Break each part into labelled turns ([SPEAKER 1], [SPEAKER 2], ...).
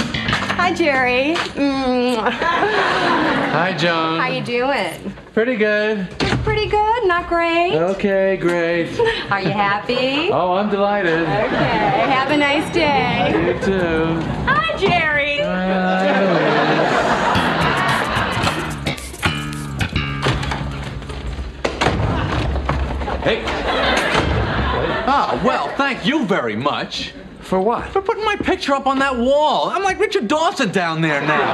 [SPEAKER 1] Hi, Jerry. Mm.
[SPEAKER 2] Hi, Joan.
[SPEAKER 1] How you doing?
[SPEAKER 2] Pretty good.
[SPEAKER 1] It's pretty good, not great.
[SPEAKER 2] Okay, great.
[SPEAKER 1] Are you happy?
[SPEAKER 2] Oh, I'm delighted.
[SPEAKER 1] Okay. Have a nice day.
[SPEAKER 2] You too.
[SPEAKER 1] Hi, Jerry.
[SPEAKER 2] Hey. Ah, well, thank you very much
[SPEAKER 3] For what?
[SPEAKER 2] for putting my picture up on that wall. I'm like Richard Dawson down there now.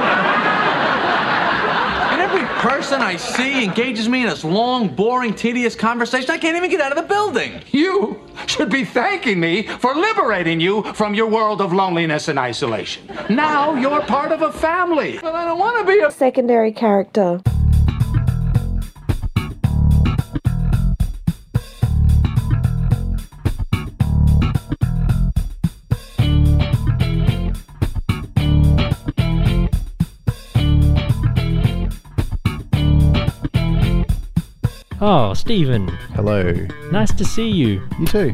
[SPEAKER 2] and every person I see engages me in this long, boring, tedious conversation. I can't even get out of the building.
[SPEAKER 3] You should be thanking me for liberating you from your world of loneliness and isolation. Now you're part of a family.
[SPEAKER 2] But I don't want to be a
[SPEAKER 4] secondary character.
[SPEAKER 5] Oh, Stephen,
[SPEAKER 6] Hello.
[SPEAKER 5] nice to see you.
[SPEAKER 6] You too.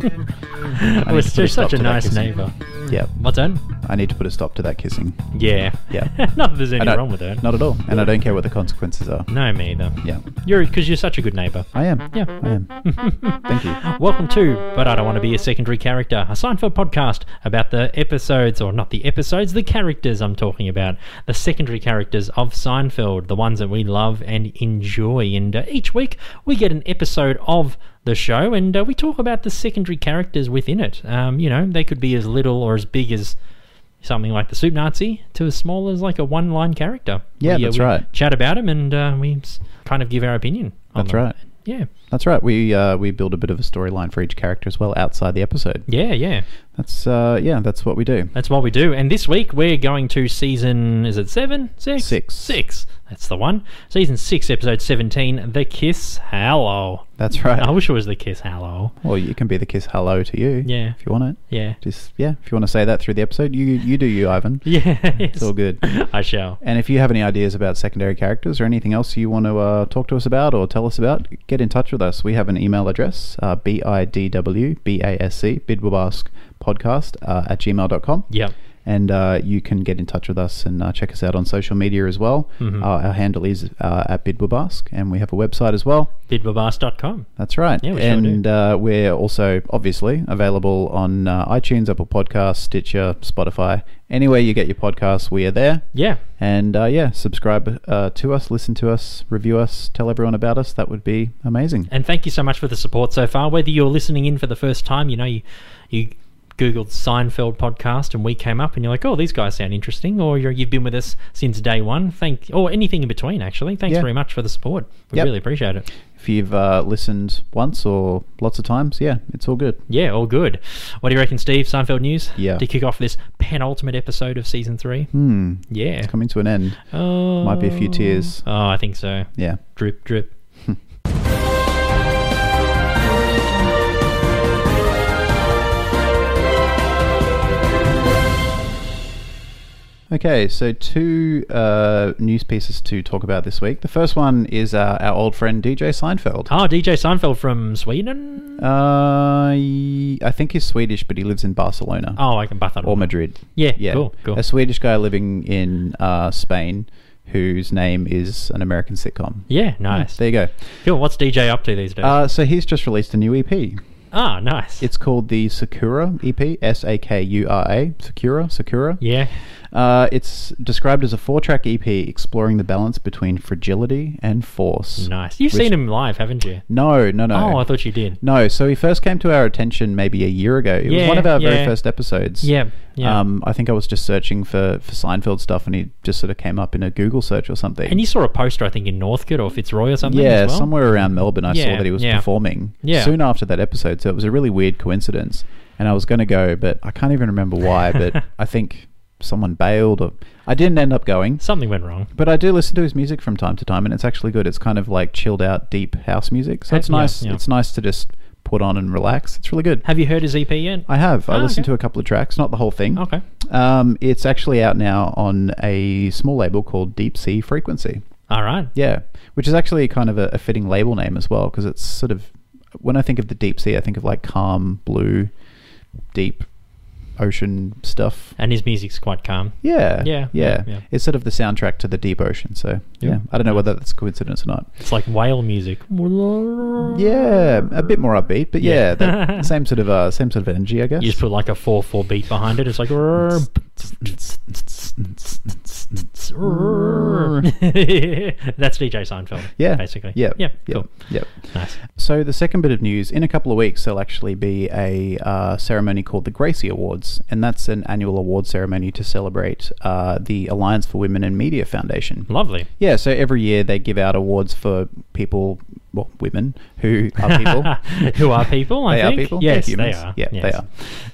[SPEAKER 5] Oh,
[SPEAKER 6] need
[SPEAKER 5] it's
[SPEAKER 6] to put a
[SPEAKER 5] just such
[SPEAKER 6] stop
[SPEAKER 5] a
[SPEAKER 6] to that
[SPEAKER 5] nice
[SPEAKER 6] kissing.
[SPEAKER 5] neighbour.
[SPEAKER 6] Yep.
[SPEAKER 5] What's that?
[SPEAKER 6] I need to put a stop to that kissing.
[SPEAKER 5] Yeah.
[SPEAKER 6] Yeah.
[SPEAKER 5] Not that there's
[SPEAKER 6] I
[SPEAKER 5] anything
[SPEAKER 6] don't-
[SPEAKER 5] wrong with that.
[SPEAKER 6] Not at all. And I don't care what the consequences are.
[SPEAKER 5] No, me either.
[SPEAKER 6] Yeah.
[SPEAKER 5] You're because you're such a good neighbour.
[SPEAKER 6] I am.
[SPEAKER 5] Yeah.
[SPEAKER 6] I am. Thank you.
[SPEAKER 5] Welcome to But I Don't Want to Be a Secondary Character, a Seinfeld podcast about the episodes, or not the episodes, the characters I'm talking about, the secondary characters of Seinfeld, the ones that we love and enjoy. And uh, each week we get an episode of the show and uh, we talk about the secondary characters within it. Um, you know, they could be as little or as big as something like the Soup Nazi to as small as like a one line character.
[SPEAKER 6] Yeah,
[SPEAKER 5] we,
[SPEAKER 6] that's
[SPEAKER 5] we
[SPEAKER 6] right.
[SPEAKER 5] Chat about them and uh, we s- kind of give our opinion. on
[SPEAKER 6] That's
[SPEAKER 5] them.
[SPEAKER 6] right.
[SPEAKER 5] Yeah.
[SPEAKER 6] That's right. We uh, we build a bit of a storyline for each character as well outside the episode.
[SPEAKER 5] Yeah, yeah.
[SPEAKER 6] That's uh, yeah. That's what we do.
[SPEAKER 5] That's what we do. And this week we're going to season is it seven? Six?
[SPEAKER 6] Six.
[SPEAKER 5] Six. That's the one. Season six, episode seventeen, The Kiss Hello.
[SPEAKER 6] That's right.
[SPEAKER 5] I wish it was the Kiss Hello.
[SPEAKER 6] Well, you can be the kiss hello to you.
[SPEAKER 5] Yeah.
[SPEAKER 6] If you want it.
[SPEAKER 5] Yeah.
[SPEAKER 6] Just yeah. If you want to say that through the episode, you you do you, Ivan.
[SPEAKER 5] Yeah.
[SPEAKER 6] It's all good.
[SPEAKER 5] I shall.
[SPEAKER 6] And if you have any ideas about secondary characters or anything else you want to uh, talk to us about or tell us about, get in touch with us. We have an email address, uh, B-I-D-W-B-A-S-C, Bidwabask podcast uh, at gmail.com.
[SPEAKER 5] Yep.
[SPEAKER 6] And uh, you can get in touch with us and uh, check us out on social media as well.
[SPEAKER 5] Mm-hmm.
[SPEAKER 6] Uh, our handle is uh, at Bidwabask, and we have a website as well.
[SPEAKER 5] Bidbabas.com.
[SPEAKER 6] That's right.
[SPEAKER 5] Yeah, we sure
[SPEAKER 6] and uh, we're also obviously available on uh, iTunes, Apple Podcasts, Stitcher, Spotify. Anywhere you get your podcasts, we are there.
[SPEAKER 5] Yeah.
[SPEAKER 6] And uh, yeah, subscribe uh, to us, listen to us, review us, tell everyone about us. That would be amazing.
[SPEAKER 5] And thank you so much for the support so far. Whether you're listening in for the first time, you know, you, you Googled Seinfeld podcast and we came up and you're like, oh, these guys sound interesting. Or you're, you've been with us since day one. Thank, or anything in between, actually. Thanks
[SPEAKER 6] Yeah.
[SPEAKER 5] very much for the support. We
[SPEAKER 6] Yep.
[SPEAKER 5] really appreciate it.
[SPEAKER 6] If you've uh, listened once or lots of times, yeah, it's all good.
[SPEAKER 5] Yeah, all good. What do you reckon, Steve? Seinfeld news?
[SPEAKER 6] Yeah.
[SPEAKER 5] To kick off this penultimate episode of season three?
[SPEAKER 6] Hmm,
[SPEAKER 5] Yeah.
[SPEAKER 6] coming to an end.
[SPEAKER 5] Oh.
[SPEAKER 6] Might be a few tears.
[SPEAKER 5] Oh, I think so.
[SPEAKER 6] Yeah.
[SPEAKER 5] Drip, drip.
[SPEAKER 6] Okay, so two uh, news pieces to talk about this week. The first one is uh, our old friend DJ Seinfeld.
[SPEAKER 5] Oh, DJ Seinfeld from Sweden?
[SPEAKER 6] Uh, he- I think he's Swedish, but he lives in Barcelona.
[SPEAKER 5] Oh, I can bath that
[SPEAKER 6] or
[SPEAKER 5] one.
[SPEAKER 6] Madrid.
[SPEAKER 5] Yeah, cool, cool.
[SPEAKER 6] A Swedish guy living in uh, Spain whose name is an American sitcom.
[SPEAKER 5] Yeah, nice.
[SPEAKER 6] There you go.
[SPEAKER 5] Cool. What's DJ up to these days?
[SPEAKER 6] Uh, so he's just released a new EP.
[SPEAKER 5] ah, nice.
[SPEAKER 6] It's called the Sakura EP, S A K U R A, Sakura, Sakura.
[SPEAKER 5] yeah.
[SPEAKER 6] Uh, it's described as a four-track EP exploring the balance between fragility and force.
[SPEAKER 5] Nice. You've seen him live, haven't you?
[SPEAKER 6] No, no, no.
[SPEAKER 5] Oh, I thought you did.
[SPEAKER 6] No, so he first came to our attention maybe a year ago. It
[SPEAKER 5] Yeah,
[SPEAKER 6] was one of our
[SPEAKER 5] yeah.
[SPEAKER 6] very first episodes.
[SPEAKER 5] Yeah, yeah.
[SPEAKER 6] Um, I think I was just searching for, for Seinfeld stuff and he just sort of came up in a Google search or something.
[SPEAKER 5] And you saw a poster, I think, in Northcote or Fitzroy or something.
[SPEAKER 6] yeah,
[SPEAKER 5] as well?
[SPEAKER 6] somewhere around Melbourne I
[SPEAKER 5] Yeah,
[SPEAKER 6] saw that he was
[SPEAKER 5] yeah.
[SPEAKER 6] performing
[SPEAKER 5] Yeah.
[SPEAKER 6] soon after that episode. So it was a really weird coincidence. And I was going to go, but I can't even remember why. But I think someone bailed or I didn't end up going.
[SPEAKER 5] Something went wrong.
[SPEAKER 6] But I do listen to his music from time to time, and it's actually good. It's kind of like chilled out, deep house music. So
[SPEAKER 5] Uh,
[SPEAKER 6] it's
[SPEAKER 5] yeah,
[SPEAKER 6] nice.
[SPEAKER 5] yeah.
[SPEAKER 6] It's nice to just put on and relax. It's really good.
[SPEAKER 5] Have you heard his EP yet?
[SPEAKER 6] I have. I
[SPEAKER 5] Ah,
[SPEAKER 6] listened
[SPEAKER 5] okay.
[SPEAKER 6] to a couple of tracks, not the whole thing.
[SPEAKER 5] Okay.
[SPEAKER 6] Um, it's actually out now on a small label called Deep Sea Frequency.
[SPEAKER 5] All right.
[SPEAKER 6] Yeah, which is actually kind of a, a fitting label name as well, because it's sort of when I think of the deep sea, I think of like calm, blue, deep. ocean stuff.
[SPEAKER 5] And his music's quite calm.
[SPEAKER 6] Yeah.
[SPEAKER 5] Yeah,
[SPEAKER 6] Yeah.
[SPEAKER 5] yeah, yeah.
[SPEAKER 6] It's sort of the soundtrack to the deep ocean. So, yeah. I don't know whether that's coincidence or not.
[SPEAKER 5] It's like whale music. Oh.
[SPEAKER 6] Yeah. A bit more upbeat, but
[SPEAKER 5] Yeah.
[SPEAKER 6] yeah, that same sort of uh, same sort of energy, I guess.
[SPEAKER 5] You just put like a 4 4 beat behind it. It's like. That's DJ Seinfeld.
[SPEAKER 6] yeah.
[SPEAKER 5] Basically.
[SPEAKER 6] Yeah.
[SPEAKER 5] Yeah.
[SPEAKER 6] Yep.
[SPEAKER 5] Cool.
[SPEAKER 6] Yep.
[SPEAKER 5] Nice.
[SPEAKER 6] So the second bit of news in a couple of weeks, there'll actually be a uh, ceremony called the Gracie Awards, and that's an annual award ceremony to celebrate uh, the Alliance for Women in Media Foundation.
[SPEAKER 5] Lovely.
[SPEAKER 6] Yeah, so every year they give out awards for people, well, women who are people.
[SPEAKER 5] Who are people? I
[SPEAKER 6] they are
[SPEAKER 5] think.
[SPEAKER 6] people.
[SPEAKER 5] Yes,
[SPEAKER 6] They're humans.
[SPEAKER 5] they are.
[SPEAKER 6] Yeah,
[SPEAKER 5] Yes.
[SPEAKER 6] they are.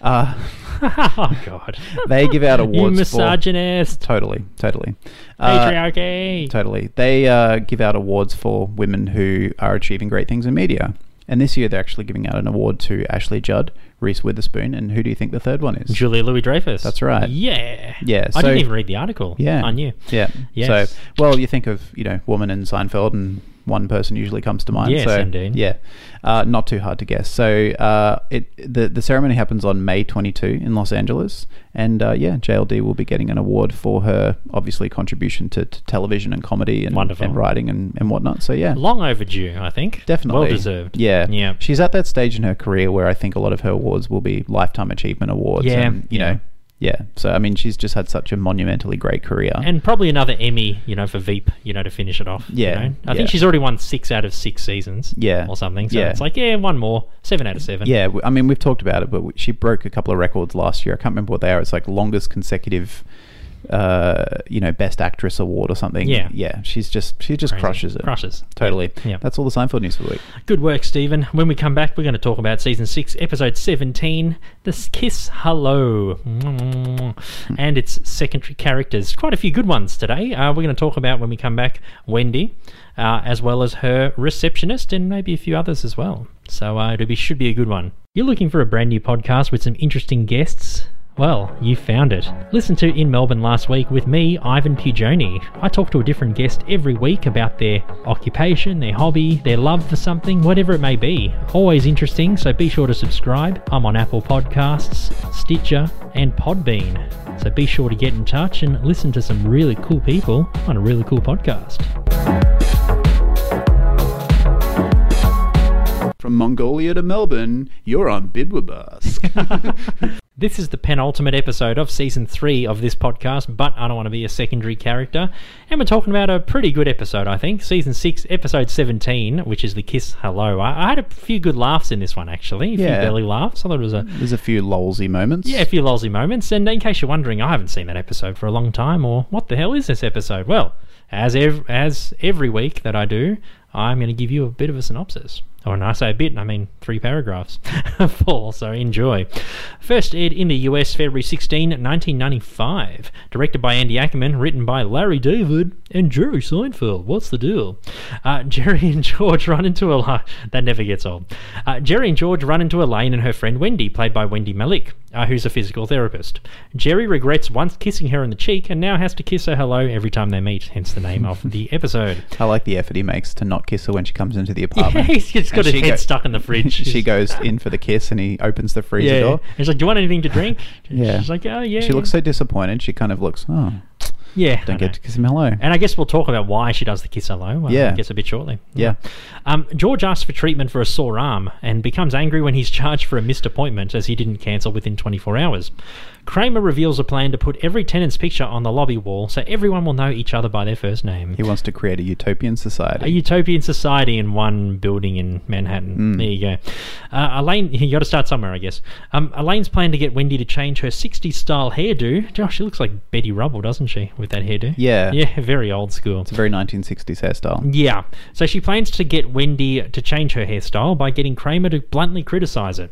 [SPEAKER 6] Uh,
[SPEAKER 5] oh God.
[SPEAKER 6] they give out
[SPEAKER 5] you
[SPEAKER 6] awards for
[SPEAKER 5] misogynist.
[SPEAKER 6] totally, totally. Uh,
[SPEAKER 5] Patriarchy.
[SPEAKER 6] Totally. They uh, give out awards for women who are achieving great things in media. And this year they're actually giving out an award to Ashley Judd, Reese Witherspoon, and who do you think the third one is?
[SPEAKER 5] Julia Louis Dreyfus.
[SPEAKER 6] That's right.
[SPEAKER 5] Yeah.
[SPEAKER 6] Yeah,
[SPEAKER 5] I
[SPEAKER 6] so-
[SPEAKER 5] didn't even read the article.
[SPEAKER 6] Yeah.
[SPEAKER 5] I knew.
[SPEAKER 6] Yeah.
[SPEAKER 5] Yes.
[SPEAKER 6] So, well, you think of, you know, woman in Seinfeld and one person usually comes to mind.
[SPEAKER 5] Yes,
[SPEAKER 6] so,
[SPEAKER 5] indeed.
[SPEAKER 6] Yeah. Uh, not too hard to guess. So, uh, it the, the ceremony happens on May 22 in Los Angeles. And, uh, yeah, JLD will be getting an award for her, obviously, contribution to, to television and comedy and,
[SPEAKER 5] Wonderful.
[SPEAKER 6] and writing and, and whatnot. So, yeah.
[SPEAKER 5] Long overdue, I think.
[SPEAKER 6] Definitely.
[SPEAKER 5] Well deserved.
[SPEAKER 6] Yeah.
[SPEAKER 5] Yeah.
[SPEAKER 6] She's at that stage in her career where I think a lot of her awards will be lifetime achievement awards.
[SPEAKER 5] Yeah,
[SPEAKER 6] And, you
[SPEAKER 5] yeah.
[SPEAKER 6] know, yeah. So, I mean, she's just had such a monumentally great career.
[SPEAKER 5] and probably another Emmy, you know, for Veep, you know, to finish it off. you
[SPEAKER 6] Yeah,
[SPEAKER 5] know? I
[SPEAKER 6] yeah.
[SPEAKER 5] think she's already won six out of six seasons.
[SPEAKER 6] Yeah,
[SPEAKER 5] Or something. So
[SPEAKER 6] yeah.
[SPEAKER 5] it's like, yeah, one more. Seven out of seven.
[SPEAKER 6] yeah. w- I mean, we've talked about it, but w- she broke a couple of records last year. I can't remember what they are. It's like longest consecutive, uh, you know, best actress award or something.
[SPEAKER 5] Yeah.
[SPEAKER 6] Yeah. She's just, she just
[SPEAKER 5] Crazy.
[SPEAKER 6] crushes it.
[SPEAKER 5] Crushes.
[SPEAKER 6] Totally.
[SPEAKER 5] Yeah.
[SPEAKER 6] That's all the Seinfeld news for the week.
[SPEAKER 5] Good work, Stephen. When we come back, we're going to talk about season six, episode 17, The Kiss Hello.
[SPEAKER 6] Mm-hmm.
[SPEAKER 5] And its secondary characters. Quite a few good ones today. Uh, we're going to talk about, when we come back, Wendy, uh, as well as her receptionist, and maybe a few others as well. So uh, it should be a good one. You're looking for a brand new podcast with some interesting guests? Well, you found it. Listen to In Melbourne last week with me, Ivan Pugioni. I talk to a different guest every week about their occupation, their hobby, their love for something, whatever it may be. Always interesting, so be sure to subscribe. I'm on Apple Podcasts, Stitcher, and Podbean. So be sure to get in touch and listen to some really cool people on a really cool podcast.
[SPEAKER 6] From Mongolia to Melbourne, you're on Bidwabask.
[SPEAKER 5] This is the penultimate episode of season three of this podcast, but I don't want to be a secondary character. And we're talking about a pretty good episode, I think. Season six, episode 17, which is the Kiss Hello. I, I had a few good laughs in this one, actually. A
[SPEAKER 6] Yeah.
[SPEAKER 5] few belly laughs. I thought it was a.
[SPEAKER 6] There's a few lolsy moments.
[SPEAKER 5] Yeah, a few lousy moments. And in case you're wondering, I haven't seen that episode for a long time, or what the hell is this episode? Well, as ev- as every week that I do, I'm going to give you a bit of a synopsis. Or, when I say a bit, I mean three paragraphs. Four, so enjoy. First aired in the US February 16, 1995. Directed by Andy Ackerman, written by Larry David and Jerry Seinfeld. What's the deal? Uh, Jerry and George run into a line. That never gets old. Uh, Jerry and George run into Elaine and her friend Wendy, played by Wendy Malik, uh, who's a physical therapist. Jerry regrets once kissing her on the cheek and now has to kiss her hello every time they meet, hence the name of the episode.
[SPEAKER 6] I like the effort he makes to not kiss her when she comes into the apartment.
[SPEAKER 5] He's just got
[SPEAKER 6] Um, And
[SPEAKER 5] his
[SPEAKER 6] she
[SPEAKER 5] head
[SPEAKER 6] go-
[SPEAKER 5] stuck in the fridge.
[SPEAKER 6] she goes in for the kiss and he opens the freezer
[SPEAKER 5] Yeah.
[SPEAKER 6] door.
[SPEAKER 5] He's like, Do you want anything to drink?
[SPEAKER 6] Yeah.
[SPEAKER 5] She's like, Oh, yeah.
[SPEAKER 6] She looks so disappointed. She kind of looks, oh,
[SPEAKER 5] Yeah. I
[SPEAKER 6] don't
[SPEAKER 5] know.
[SPEAKER 6] get to kiss him hello.
[SPEAKER 5] And I guess we'll talk about why she does the kiss hello. Uh,
[SPEAKER 6] Yeah.
[SPEAKER 5] I guess a bit shortly.
[SPEAKER 6] Yeah.
[SPEAKER 5] Um, George asks for treatment for a sore arm and becomes angry when he's charged for a missed appointment as he didn't cancel within 24 hours. Kramer reveals a plan to put every tenant's picture on the lobby wall so everyone will know each other by their first name.
[SPEAKER 6] He wants to create a utopian
[SPEAKER 5] A
[SPEAKER 6] society.
[SPEAKER 5] utopian society in one building in Manhattan. There you go. Uh, Elaine, you got to start somewhere, I guess. Um, Elaine's plan to get Wendy to change her 60s style hairdo. Gosh, she looks like Betty Rubble, doesn't she, with that hairdo?
[SPEAKER 6] Yeah.
[SPEAKER 5] Yeah, very old school.
[SPEAKER 6] it's a very 1960s hairstyle.
[SPEAKER 5] Yeah. So she plans to get Wendy to change her hairstyle by getting Kramer to bluntly criticize it.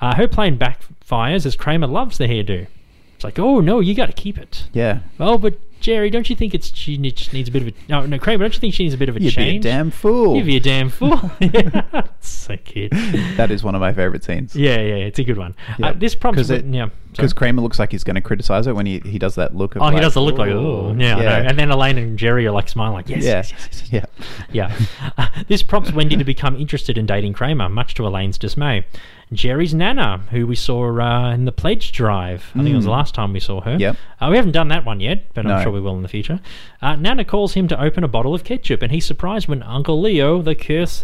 [SPEAKER 5] Uh, her plan backfires as Kramer loves the hairdo. It's like, oh no, you got to keep it.
[SPEAKER 6] Yeah.
[SPEAKER 5] Oh, but Jerry, don't you think it's she ne- just needs a bit of a no, no, Kramer, don't you think she needs a bit of a
[SPEAKER 6] You'd
[SPEAKER 5] change?
[SPEAKER 6] be a damn fool.
[SPEAKER 5] You'd be a damn fool. yeah. So cute.
[SPEAKER 6] that is one of my favorite scenes.
[SPEAKER 5] Yeah, yeah, it's a good one.
[SPEAKER 6] Yeah.
[SPEAKER 5] Uh, this prompts
[SPEAKER 6] 'Cause it-
[SPEAKER 5] yeah. sorry.
[SPEAKER 6] Because Kramer looks like he's going to criticize it when he, he does that look of
[SPEAKER 5] Oh,
[SPEAKER 6] like,
[SPEAKER 5] he doesn't look like oh, yeah, I
[SPEAKER 6] Yeah.
[SPEAKER 5] know. and then Elaine and Jerry are like smiling, like yes,
[SPEAKER 6] Yeah.
[SPEAKER 5] yes, yes, yes, yes.
[SPEAKER 6] Yeah.
[SPEAKER 5] Yeah. Uh, this prompts Wendy to become interested in dating Kramer, much to Elaine's dismay. Jerry's Nana, who we saw uh, in the pledge drive. I think it was the last time we saw her.
[SPEAKER 6] Hmm. Yep.
[SPEAKER 5] Uh, we haven't done that one yet, but
[SPEAKER 6] No.
[SPEAKER 5] I'm sure we will in the future. Uh, Nana calls him to open a bottle of ketchup, and he's surprised when Uncle Leo, the Kiss